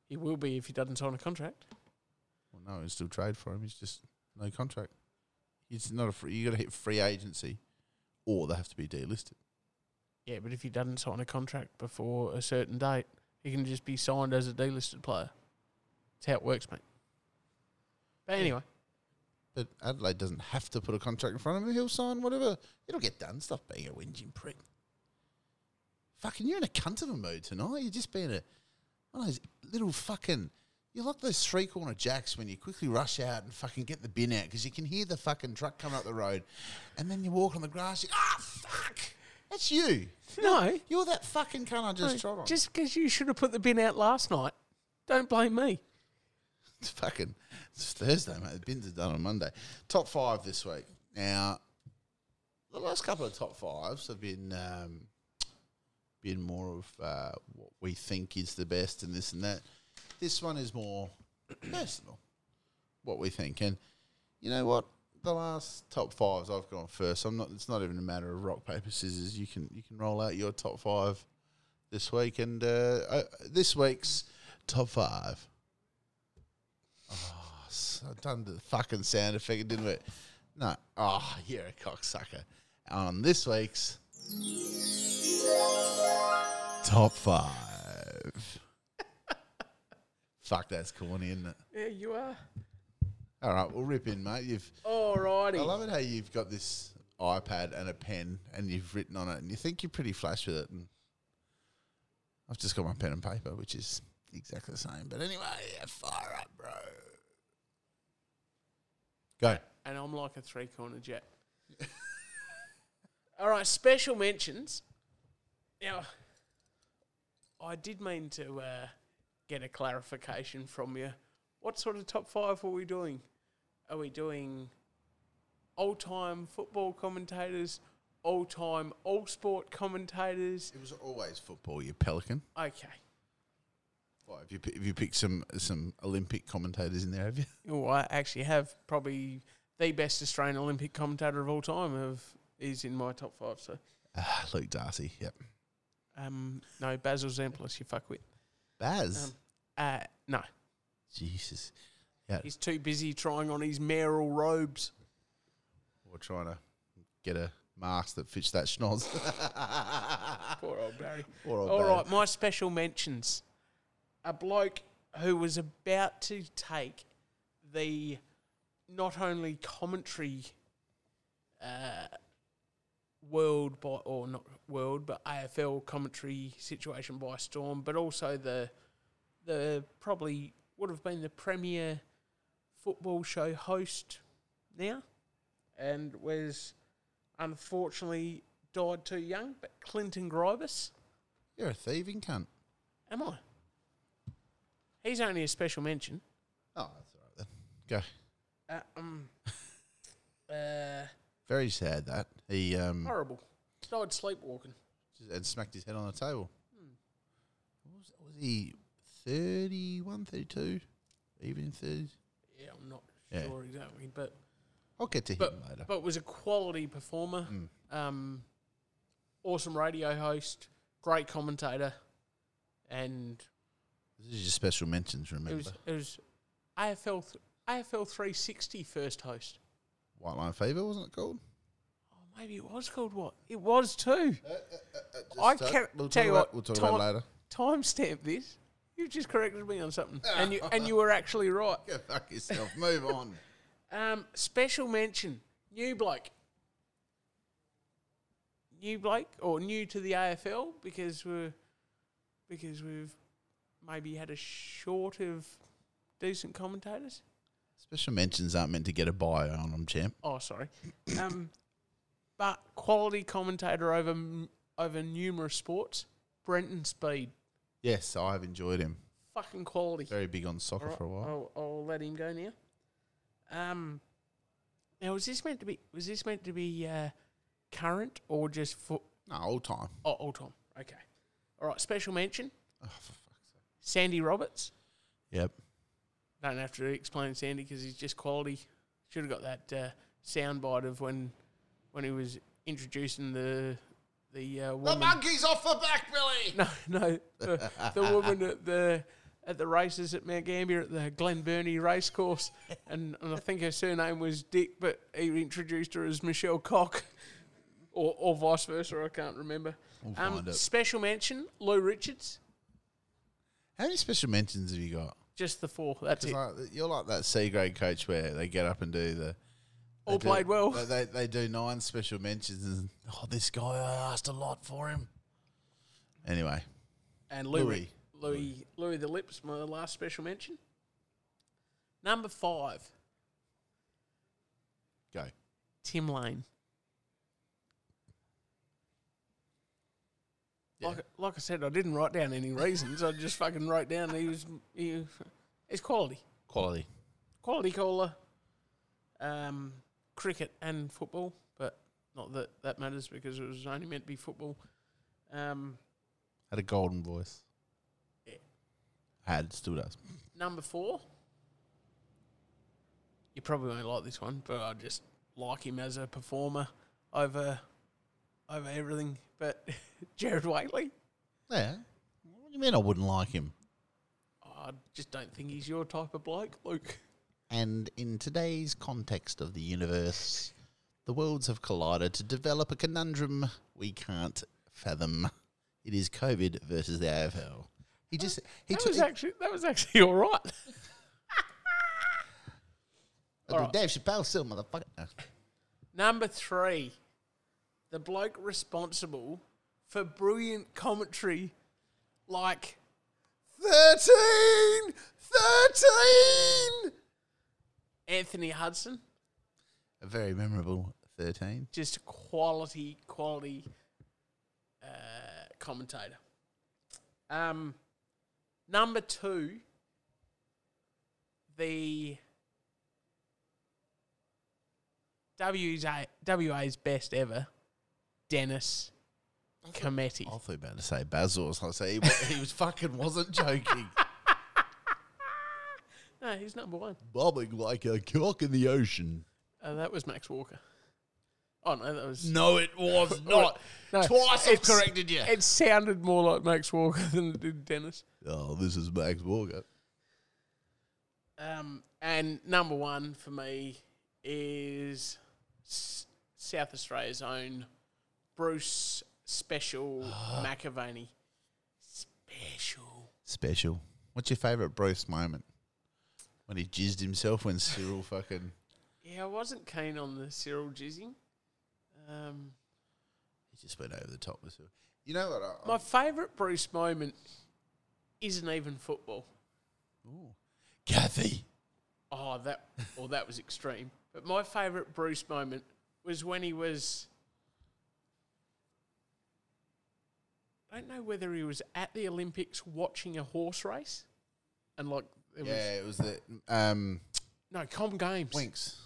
he will be if he doesn't sign a contract. well, no, he's still trade for him. He's just no contract. He's not a free. You got to hit free agency, or they have to be delisted. Yeah, but if he doesn't sign a contract before a certain date, he can just be signed as a delisted player. That's how it works, mate. But [laughs] anyway, But Adelaide doesn't have to put a contract in front of him. He'll sign whatever. It'll get done. Stop being a whinging prick. Fucking, you're in a cunt of a mood tonight. You're just being a one of those little fucking. You're like those three corner jacks when you quickly rush out and fucking get the bin out because you can hear the fucking truck coming up the road, and then you walk on the grass. You, ah, fuck! That's you. no, You're that fucking cunt I just trod on. Oh, just because you should have put the bin out last night, don't blame me. It's fucking it's Thursday, mate. The bins are done on Monday. Top five this week. Now, the last couple of top fives have been um, been more of uh, what we think is the best and this and that. This one is more [clears throat] personal, what we think. And you know what? The last top fives I've gone first. I'm not. It's not even a matter of rock paper scissors. You can you can roll out your top five this week, and uh, uh, this week's top five. S- I done the fucking sound effect, didn't we? No. Oh, you're a cocksucker. On this week's top five. [laughs] Fuck, that's corny, isn't it? Yeah, you are. All right, we'll rip in, mate. You've I Alrighty. love it how you've got this iPad and a pen and you've written on it and you think you're pretty flash with it. And I've just got my pen and paper, which is exactly the same. But anyway, yeah, fire up, bro. Go. and I'm like a three corner jet. [laughs] All right, special mentions. Now, I did mean to uh, get a clarification from you. What sort of top five are we doing? Are we doing all time football commentators, all time all sport commentators? It was always football, you pelican. Okay. Why, have you pi- have you picked some some Olympic commentators in there? Have you? Oh, I actually have probably the best Australian Olympic commentator of all time of is in my top five. So, [laughs] Ah, Luke Darcy. Yep. um, no, Basil Zamplis, you fuckwit. Baz. Um, Uh, no, Jesus. he's too busy trying on his mayoral robes. [laughs] Or trying to get a mask that fits that [laughs] schnoz. Poor old Barry. Poor old All Barry. right, my special mentions. A bloke who was about to take the not only commentary uh, world by or not world but AFL commentary situation by storm, but also the the probably would have been the premier football show host now, and was unfortunately died too young. But Clinton Gribus. You're a thieving cunt. Am I? He's only a special mention. Oh, that's all right then. Go. Uh, um, uh, Very sad that he um horrible. Died sleepwalking. just- and smacked his head on the table. Hmm. What was, was he 31, 32? even in 30s? Yeah, I'm not Yeah. sure exactly, but I'll get to but him later. but was a quality performer. Um, awesome radio host, great commentator, and this is your special mentions. it Remember, was it was AFL th- AFL 360 first host. White Line Fever wasn't it called? Oh, maybe it was called what? It was too. I Just, uh, can't We'll tell talk you about, what. We'll talk time, about it later. timestamp this. You've just corrected me on something, and you and you were actually right. Go fuck yourself. [laughs] Move on. Um, special mention: new bloke, new bloke, or new to the AFL because we're because we've maybe had a short of decent commentators. Special mentions aren't meant to get a bio on them, champ. Oh, sorry. [coughs] Um, but quality commentator over m- over numerous sports. Brenton Speed, Yes, I have enjoyed him. fucking quality. Very big on soccer for a while. I'll, I'll let him go now. Um, now was this meant to be? Was this meant to be uh, current or just for No, all time. oh, all time? Okay, all right. Special mention: Oh, for fuck's sake. Sandy Roberts. Yep. Don't have to explain Sandy because he's just quality. Should have got that uh, soundbite of when when he was introducing the the uh, woman. monkey's off the [laughs] back, Billy. [laughs] no, [laughs] no, the, the woman at the at the races at Mount Gambier at the Glen Burnie racecourse, and, and I think her surname was Dick, but he introduced her as Michelle Cock, or or vice versa. I can't remember. We'll Um, find it. special mention: Lou Richards. How many special mentions have you got? Just the four. That's 'Cause it. like, you're like that C grade coach where they get up and do the. they All do- played well. They, they they do nine special mentions and oh this guy I asked a lot for him. Anyway, And Louis, Louis. Louis, Louis, the Lips, my last special mention. Number five, go. Tim Lane. Yeah. Like, like I said, I didn't write down any reasons. I just fucking wrote down he was he, was- it's quality, Quality. quality caller, um, cricket and football, but not that that matters because it was only meant to be football. Um, Had a golden voice. Yeah. Had still does. number four, you probably won't like this one, but I just like him as a performer over over everything. But [laughs] Jared Waitley, Yeah. What do you mean I wouldn't like him? I just don't think he's your type of bloke, Luke. And in today's context of the universe, the worlds have collided to develop a conundrum we can't fathom. It is COVID versus the AFL. He just he that took was actually that was actually [laughs] all right. I'll be Dave Chappelle still motherfucker. No. Number three, the bloke responsible for brilliant commentary Like, 13! 13! Anthony Hudson, A very memorable 13. just a quality, quality uh, commentator. Um, number two, the WA, WA's best ever, Dennis Cometti. I thought you were about to say Bazos. I say he, wa- he was fucking [laughs] wasn't joking. No, he's number one. Bobbing like a cock in the ocean. Uh, that was Max Walker. Oh no, that was No, it [laughs] was not. No, Twice I've it's- corrected you. It sounded more like Max Walker [laughs] than it did Dennis. Oh, this is Max Walker. Um, and number one for me is S- South Australia's own Bruce Special McAvaney. Special. Special. What's your favourite Bruce moment? When he jizzed himself when [laughs] Cyril fucking. Yeah, I wasn't keen on the Cyril jizzing. Um, He just went over the top with Cyril. You know what? I, my favourite Bruce moment isn't even football. Ooh. Kathy. Oh, that well, that was extreme. But my favourite Bruce moment was when he was. I don't know whether he was at the Olympics watching a horse race, and like it was Yeah, it was the um, no Com Games. Winks.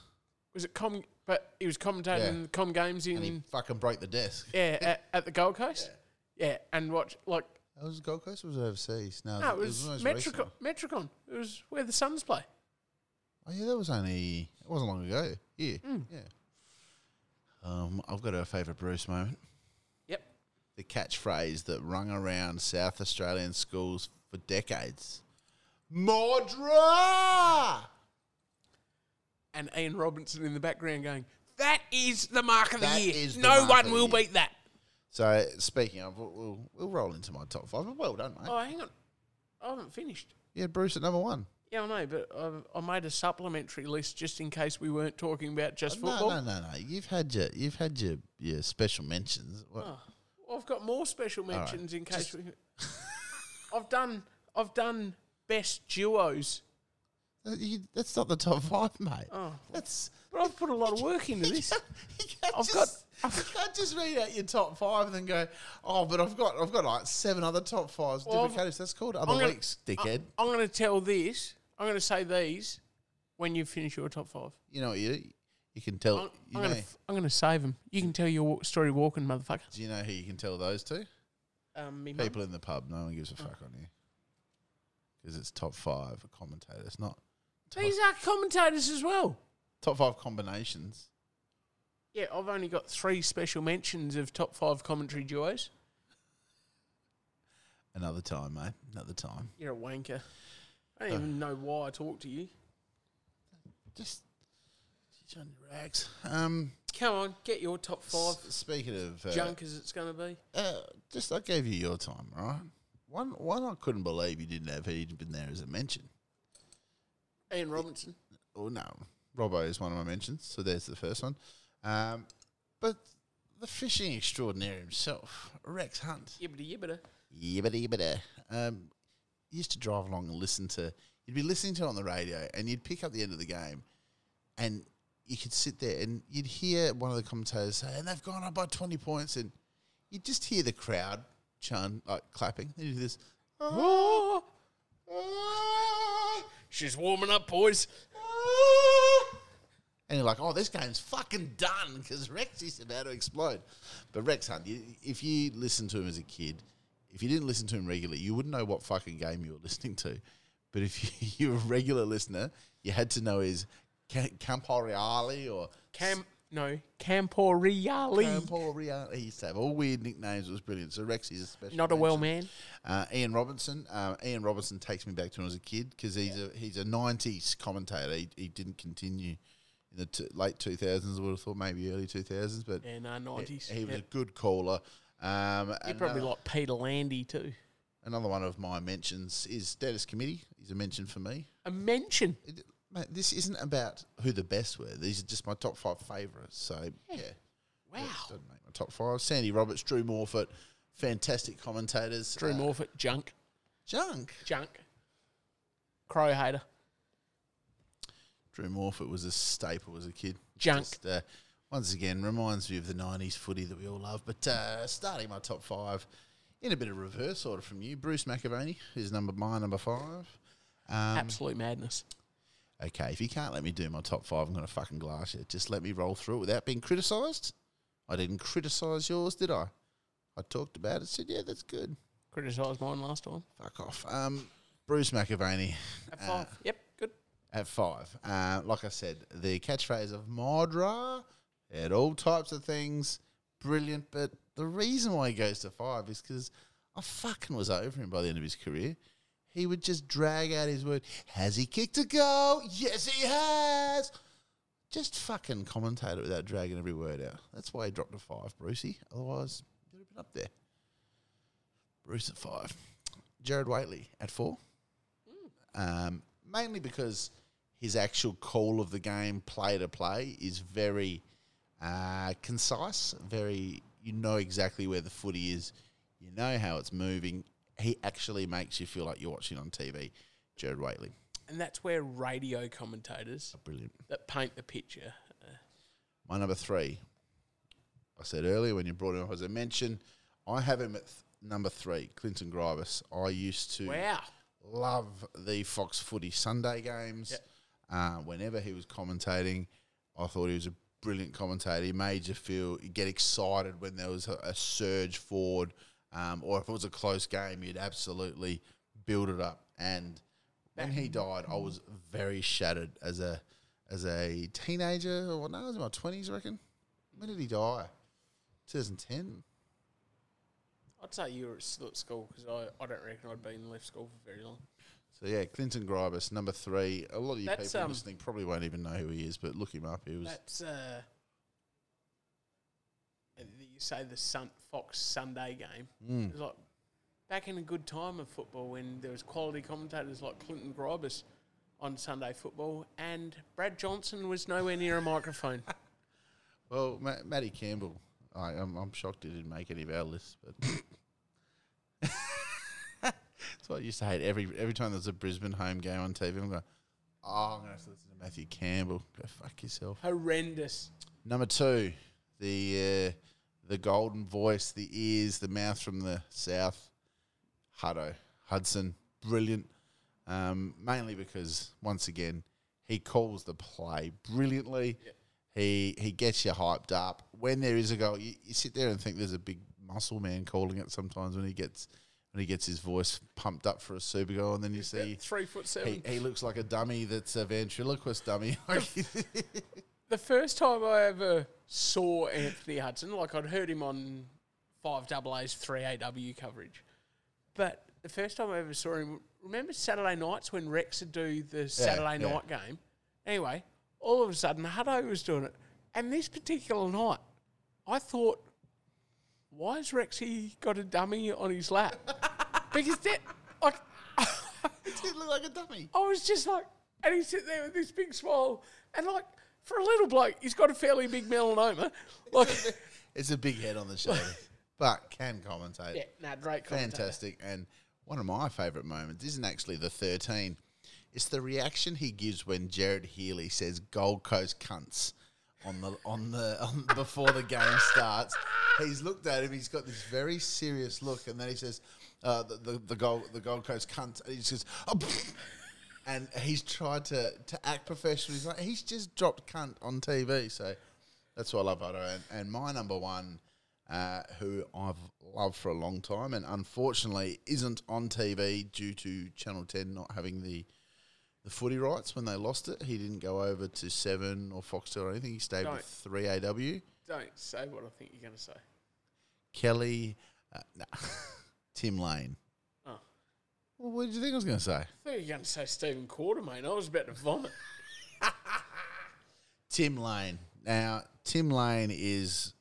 Was it Com? But he was commentating Yeah. in the Com Games in And he fucking broke the desk. yeah at, at the Gold Coast. Mm. Yeah. and watch like That was Gold Coast or was it overseas? No, no, it was, one of those recent Metricon. Metricon. It was where the Suns play. Oh yeah, that was only it wasn't long ago. Yeah, Mm. yeah. Um, I've got a favourite Bruce moment. Yep. The catchphrase that rung around South Australian schools for decades. Maudra. and Ian Robinson in the background going, "That is the mark of That the year. is the no mark of one the will year." beat that." So speaking of, we'll, we'll, we'll roll into my top five. But well done, mate. [laughs] Oh, hang on, I haven't finished. Yeah, Bruce at number one. Yeah, I know, but I, I made a supplementary list just in case we weren't talking about just Oh, No, football. no, no, no. You've had your you've had your your special mentions. What? Oh, I've got more special right. mentions in case we. [laughs] I've done. I've done best duos, Uh, you- that's not the top five, mate. Oh. That's but I've put a lot of work into [laughs] You this. can't- you can't I've just- got- you can't just read out your top five and then go, oh, but I've got I've got like seven other top fives Well, I've- different categories. That's called I'm other gonna- weeks, dickhead. I'm going to tell this. I'm going to say these when you finish your top five. you know what you you can tell. I'm, you I'm know, going to. I'm going to save them. You can tell your wa- story walking, motherfucker. do you know who you can tell those to? Um, me mum. People in the pub. No one gives a fuck on you because it's top five commentators, It's not These are commentators as well. top five combinations. Yeah, I've only got three special mentions of top five commentary duos. Another time, mate. Another time. You're a wanker. I don't even know why I talk to you. Just just on your rags. Um, Come on, get your top five s- speaking of uh, junk as it's going to be. uh, just I gave you your time, right? One, one I couldn't believe you didn't have he'd been there as a mention. Ian Robinson. Oh no, Robbo is one of my mentions, so there's the first one. Um, but the fishing extraordinaire himself, Rex Hunt, Yibbity yibbity. yibbity yibbity, um, used to drive along and listen to. You'd be listening to it on the radio, and you'd pick up the end of the game, and you could sit there and you'd hear one of the commentators say, "And they've gone up by twenty points," and you'd just hear the crowd chun like clapping. They do this. Oh, "Ah." she's warming up, boys. And you're like, oh, this game's fucking done because Rex is about to explode. But Rex Hunt, you, if you listened to him as a kid, if you didn't listen to him regularly, you wouldn't know what fucking game you were listening to. But if [laughs] you, you're a regular listener, you had to know his Ca- Campo Reale or Cam, no, Camporiali. Campo Reale. He used to have all weird nicknames. It was brilliant. So Rex is a special. Not a well mention. man. Uh, Ian Robinson. Uh, Ian Robinson takes me back to when I was a kid because he's a he's a '90s commentator. He, he didn't continue in the t- late 2000s. I would have thought maybe early 2000s, but Yeah, no, 90s. he was yeah. a good caller. Um, You and probably another, like Peter Landy too. another one of my mentions is Dennis Committee. He's a mention for me. A mention. It, mate, this isn't about who the best were. These are just my top five favourites. So yeah, Wow. doesn't make my top five. Sandy Roberts, Drew Morfitt, fantastic commentators. Drew Uh, Morfitt, junk, junk. junk. Crow hater. Drew Morfitt was a staple as a kid. Junk. Just, uh, once again, reminds me of the 90s footy that we all love. But uh, starting my top five in a bit of reverse order from you, Bruce McAvaney is number my number five. Um, Absolute madness. okay, if you can't let me do my top five, I'm going to fucking glass you. Just let me roll through it without being criticised. I didn't criticise yours, did I? I talked about it, said, yeah, that's good. Criticised mine last time. Fuck off. Um, Bruce McAvaney At five. Ah. yep, good. at five. Uh, like I said, the catchphrase of Modra at all types of things, brilliant. But the reason why he goes to five is because I fucking was over him by the end of his career. He would just drag out his word. Has he kicked a goal? Yes, he has. Just fucking commentate it without dragging every word out. That's why he dropped to five, Brucey. Otherwise, you'd have been up there. Bruce at five. Jared Waitley at four um, mainly because his actual call of the game, play to play, is very uh, concise. Very, you know exactly where the footy is, you know how it's moving. He actually makes you feel like you're watching on TV. Jared Waitley, And that's where radio commentators brilliant. that paint the picture. Uh, My number three, I said earlier when you brought him up as a mention, I have him at th- number three, Clinton Grivis. I used to. wow. love the Fox Footy Sunday games. Yep. Uh, whenever he was commentating, I thought he was a brilliant commentator. He made you feel you get excited when there was a, a surge forward, um, or if it was a close game, you'd absolutely build it up. And when he died, I was very shattered as a as a teenager. Or no, I was in my twenties, I reckon. When did he die? 2010. I'd say you were at still at school because I, I don't reckon I'd been left school for very long. So yeah, Clinton Gribus, number three. A lot of you That's, people um, listening probably won't even know who he is, but look him up. He was That's uh, and you say the Sun Fox Sunday game. hmm. It was like back in a good time of football when there was quality commentators like Clinton Gribus on Sunday football, and Brad Johnson was nowhere near a [laughs] microphone. well, Ma- Matty Campbell. I, I'm, I'm shocked he didn't make any of our lists, but [laughs] that's what I used to hate. Every every time there's a Brisbane home game on TV, I'm going, oh, I'm going to have to listen to Matthew Campbell. Go fuck yourself. Horrendous. Number two, the uh, the golden voice, the ears, the mouth from the south, Hutto Hudson, brilliant. Um, mainly because once again, he calls the play brilliantly. He he gets you hyped up. When there is a goal, you, you sit there and think there's a big muscle man calling it. Sometimes when he gets when he gets his voice pumped up for a super goal, and then you see. Three foot seven. He, he looks like a dummy that's a ventriloquist dummy. [laughs] the first time I ever saw Anthony Hudson, like I'd heard him on five AA's three AW coverage, but the first time I ever saw him, remember Saturday nights when Rex would do the Saturday yeah. night game. Anyway, all of a sudden Hutto was doing it, and this particular night, I thought, why has Rexy got a dummy on his lap? [laughs] because that, like, he looked like a dummy. I was just like, and he's sitting there with this big smile, and like for a little bloke, he's got a fairly big [laughs] melanoma. Like, It's a big head on the shoulder, but can commentate. yeah, nah, great commentator. Fantastic. And one of my favourite moments isn't actually the 13. It's the reaction he gives when Jared Healy says Gold Coast cunts on the on the on, before the game starts. He's looked at him. He's got this very serious look, and then he says, uh, the, the the Gold the Gold Coast cunts. And he says, oh, pfft." and he's tried to to act professional. He's like he's just dropped cunt on TV. So that's why I love Otto. And, and my number one, uh, who I've loved for a long time, and unfortunately isn't on TV due to Channel Ten not having the the footy rights when they lost it. He didn't go over to Seven or Foxtel or anything. He stayed Right. with Three AW. Don't say what I think you're going to say. Kelly, uh, nah, [laughs] Tim Lane. Oh. Well, what did you think I was going to say? I thought you were going to say Stephen Quartermain. I was about to vomit. Tim Lane. Now, Tim Lane is,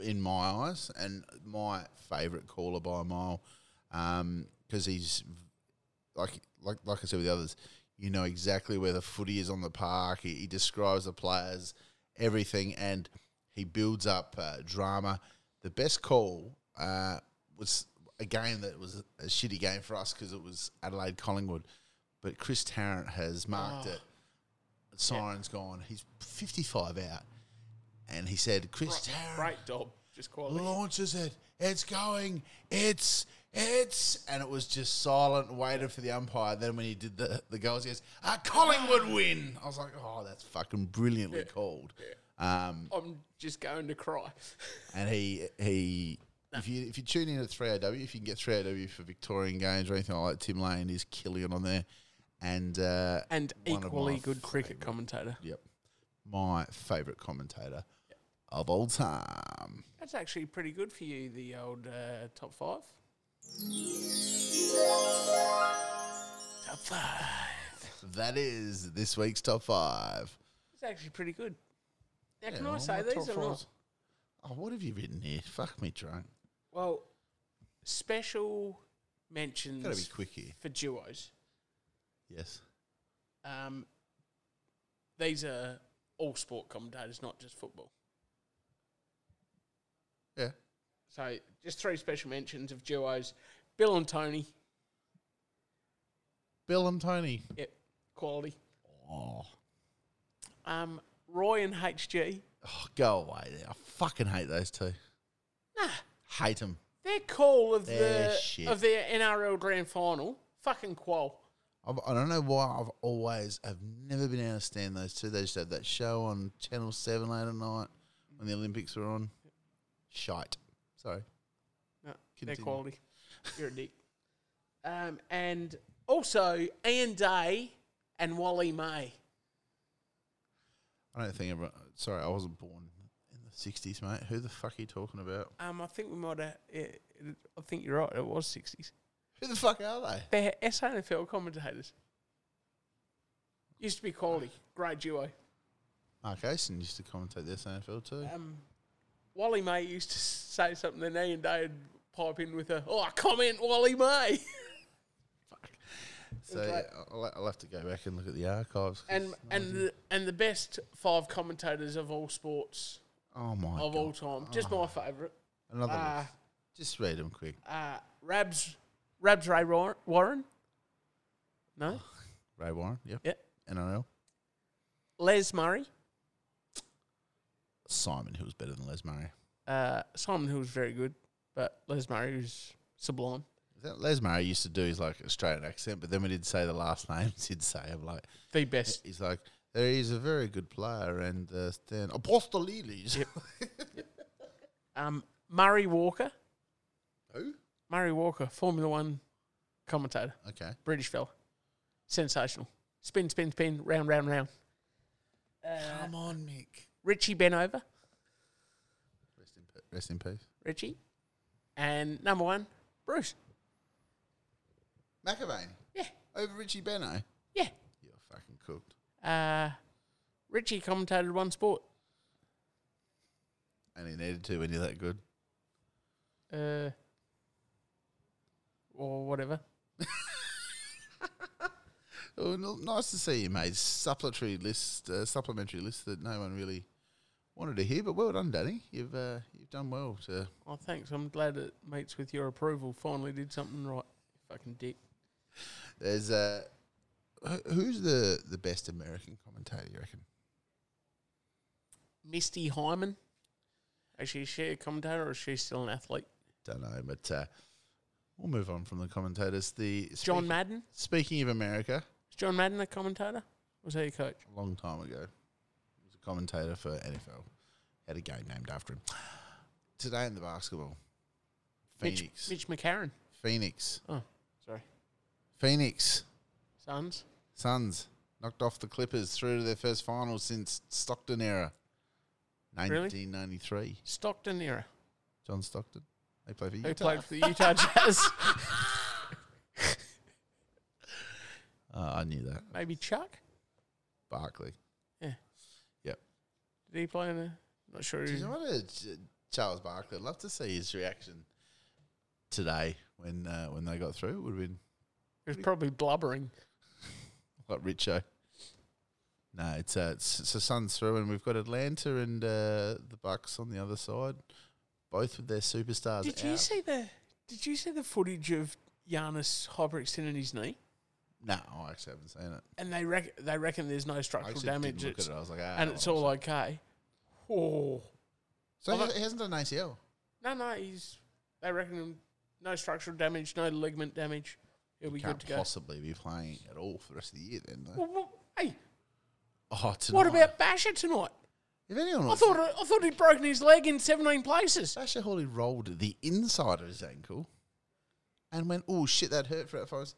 in my eyes, and my favourite caller by a mile, because he's like like like I said with the others, you know exactly where the footy is on the park. He, he describes the players, everything, and he builds up uh, drama. The best call uh, was a game that was a shitty game for us because it was Adelaide Collingwood, but Chris Tarrant has marked Oh. it. Siren's gone. He's fifty five out, and he said, "Chris Tarrant Great job. Just quality. launches it. It's going. It's it's and it was just silent, waited for the umpire. Then when he did the, the goals, he goes, a Collingwood win. I was like, Oh, that's fucking brilliantly called. Um, I'm just going to cry. [laughs] and he he if you if you tune in at three AW, if you can get three AW for Victorian games or anything like that, Tim Lane is killing it on there. And uh And one of equally my good cricket commentator. Yep. My favourite commentator of all time. That's actually pretty good for you, the old uh, top five. Top five. That is this week's top five. It's actually pretty good. Now, Yeah, can I well, say my these top or not? fives. Oh, what have you written here? Fuck me, drunk. Well, special mentions Gotta be quick here. for duos. Yes. Um, these are all sport commentators, not just football. Yeah. So, just three special mentions of duos Bill and Tony. Bill and Tony. Yep, quality. Oh. Um, Roy and HG. Oh, go away there. I fucking hate those two. Nah, Hate them. Their call of They're the shit. of their NRL grand final, fucking qual. I've, I don't know why I've always, I've never been able to stand those two. They just had that show on Channel 7 late at night when the Olympics were on. Shite. Sorry. No, their Continue. quality. You're a dick. [laughs] Um, and also Ian Day and Wally May. I don't think everyone, sorry, I wasn't born in the 60s, mate. Who the fuck are you talking about? Um, I think we might have. It, it- I think you're right. It was sixties. Who the fuck are they? They're SANFL commentators. Used to be quality, great duo. Mark Asen used to commentate this NFL too. Um, Wally May used to say something, and Ian Day would pipe in with a, "Oh, comment Wally [laughs] May." So Okay. yeah, I'll, I'll have to go back and look at the archives. 'cause- and and the, and the best five commentators of all sports oh my of god, Ah. all time. Just my favourite. another Uh, list. Just read them quick. uh, Rabs Rabs Ray War- Warren. No. Ray Warren, yep, Yeah. NRL. Les Murray. Simon, who was better than Les Murray. Uh, Simon Hill was very good, but Les Murray was sublime. Is that- Les Murray used to do his like Australian accent, but then when he'd say the last [laughs] names, he'd say I'm like The best. he's like there is a very good player and uh, Stan Apostolides. Um, Murray Walker. Who? Murray Walker, Formula One commentator, Okay, British fella. Sensational. Spin, spin, spin, round, round, round. Uh, come on, Mick. Richie Benover. Rest in, pe- rest in peace. Richie. And number one, Bruce. McAvane Yeah, over Richie Benno. yeah. You're fucking cooked. Uh, Richie commentated one sport. And he needed to when you're that good. Uh, or whatever. [laughs] Oh, n- nice to see you, mate. Supplementary list, uh, supplementary list that no one really wanted to hear. But well done, Danny. You've uh, you've done well to. Oh, thanks. I'm glad it meets with your approval. Finally did something right. Fucking dick. There's uh, wh- who's the the best American commentator you reckon? Misty Hyman. Actually, is she a commentator or is she still an athlete? Don't know, but uh, we'll move on from the commentators. The John speak- Madden. Speaking of America, Is John Madden a commentator? Was he a coach? a long time ago, he was a commentator for NFL. Had a game named after him. Today in the basketball, Phoenix, Mitch, Mitch McCarron. Phoenix, Oh, sorry. Phoenix. Sons. Suns knocked off the Clippers through to their first final since Stockton era, Really? 1993. Stockton era. John Stockton. They play for Who Utah. played for the [laughs] Utah Jazz? Oh, I knew that. Maybe Chuck? Barkley. Did he play in a. Not sure. Do who- you know what? uh, Ch- Charles Barkley. I'd love to see his reaction today when uh, when they got through. It would have been He was probably blubbering. like Richo. No, it's uh, it's, it's the Suns through, and we've got Atlanta and uh, the Bucks on the other side, both with their superstars Did out. you see the Did you see the footage of Giannis hyperextending his knee? No, I actually haven't seen it. And they reckon they reckon there's no I structural actually damage, didn't look at it's, it. I was like, ah, and I'll it's watch all it. okay. Oh So Well, he- he hasn't done an ACL. no, no, he's they reckon no structural damage, no ligament damage. He'll be Can't good to go. possibly be playing at all for the rest of the year then. Though. Well, well, hey, Oh, tonight. what about Basher tonight? If anyone I wants thought I thought he'd broken his leg in 17 places. Sasha Hawley rolled the inside of his ankle and went, "Oh shit, that hurt for that forest."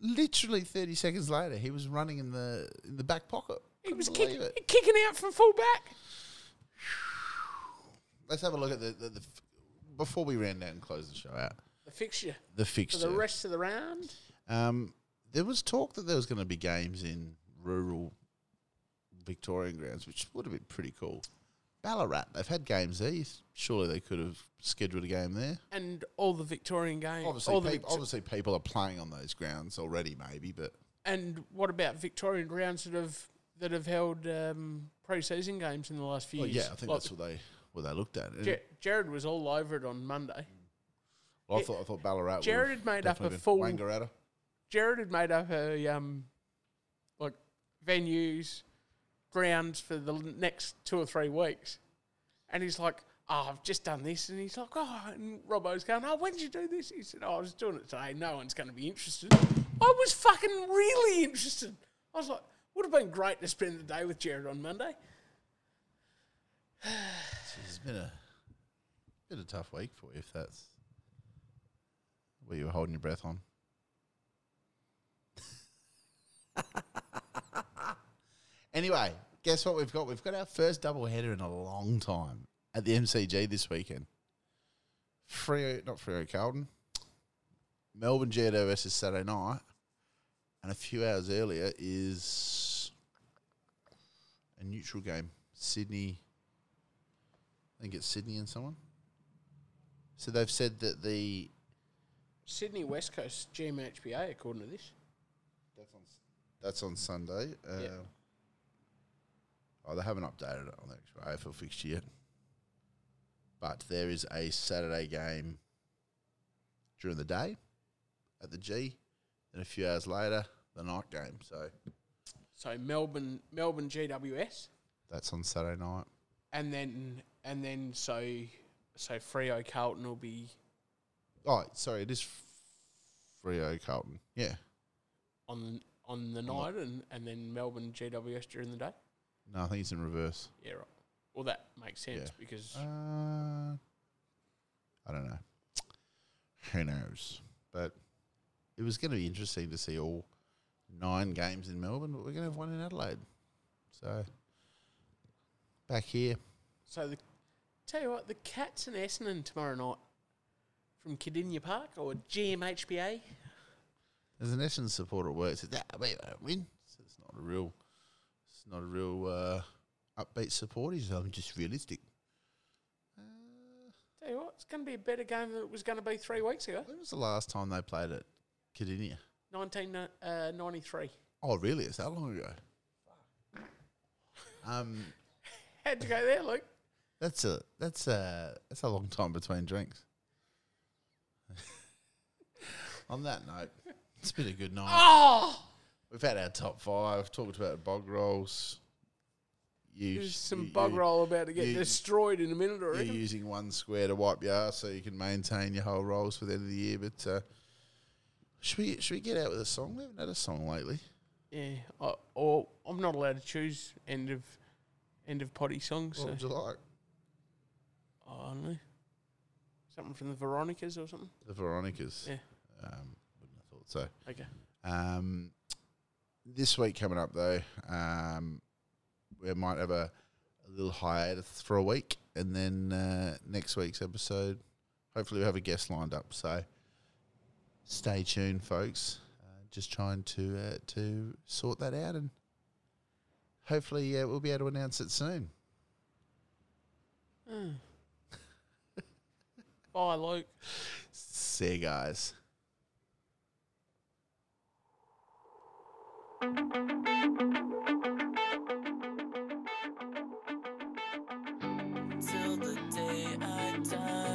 Literally thirty seconds later, he was running in the in the back pocket. He Couldn't was believe kicking, it. kicking out from full back. Let's have a look at the, the, the f- before we ran down and closed the show out. The fixture The for fixture. the rest of the round. Um, there was talk that there was going to be games in rural Victorian grounds, which would have been pretty cool. Ballarat, they've had games there. You- Surely they could have scheduled a game there. and all the Victorian games. Obviously, all the peop- Victor- obviously people are playing on those grounds already, maybe. But and what about Victorian rounds that have that have held um, pre-season games in the last few well, years? oh, yeah, I think Like, that's what they what they looked at. And Ger- Jared was all over it on Monday. well, I thought I thought Ballarat. would Jared have had made up definitely a been- full- Wangaratta. Jared had made up a um, like venues, grounds for the l- next two or three weeks, and he's like, "Oh, I've just done this," and he's like, "Oh," and Robbo's going, "Oh, when did you do this?" He said, "Oh, I was doing it today. No one's going to be interested." I was fucking really interested. I was like, "Would have been great to spend the day with Jared on Monday." It's been a been a tough week for you, if that's what you were holding your breath on. [laughs] anyway, guess what we've got? We've got our first double header in a long time at the MCG this weekend. Frio, not Frio Carlton, Melbourne Jado versus Saturday night, and a few hours earlier is a neutral game. Sydney I think it's Sydney and someone. So they've said that the Sydney West Coast GMHBA, according to this. that's on that's on Sunday. Uh, Oh, they haven't updated it on the actual AFL fixture yet. But there is a Saturday game during the day at the G, and a few hours later the night game. So So Melbourne, Melbourne GWS, that's on Saturday night. and then and then so so Frio Carlton will be Oh, sorry, it is Frio Carlton. Yeah, on the, on the night and, and then Melbourne GWS during the day. no, I think it's in reverse. Yeah, right. Well, that makes sense Yeah. because Uh, I don't know. Who knows? But it was going to be interesting to see all nine games in Melbourne, but we're going to have one in Adelaide. So back here, so the tell you what, the Cats and Essendon tomorrow night from Cadinia Park or GMHBA. there's an Essendon supporter at work that says, "Ah, we won't win." So it's not a real, it's not a real uh, upbeat support. He's um, just realistic. Uh, Tell you what, it's going to be a better game than it was going to be three weeks ago, when was the last time they played at Cadinia? nineteen uh, ninety three. Oh, really? It's that long ago. Um, How'd you go there, Luke? that's a that's a that's a long time between drinks. [laughs] On that note, it's been a good night. Oh, We've had our top five. Talked about bog rolls. You there's s- some you- bug you- roll about to get you- destroyed in a minute, I You're reckon. using one square to wipe your ass so you can maintain your whole rolls for the end of the year. But uh, should we should we get out with a song? We haven't had a song lately. Yeah, I, or I'm not allowed to choose end of end of potty songs. What so. would you like? I don't know. Something from the Veronicas or something. The Veronicas. Yeah. Um, wouldn't have thought so. Okay. Um, this week coming up though, um, we might have a, a little hiatus for a week, and then uh, next week's episode, hopefully we have a guest lined up. So stay tuned, folks. Uh, just trying to uh, to sort that out, and hopefully uh, we'll be able to announce it soon. [laughs] Bye, Luke. See you guys. till the day I die.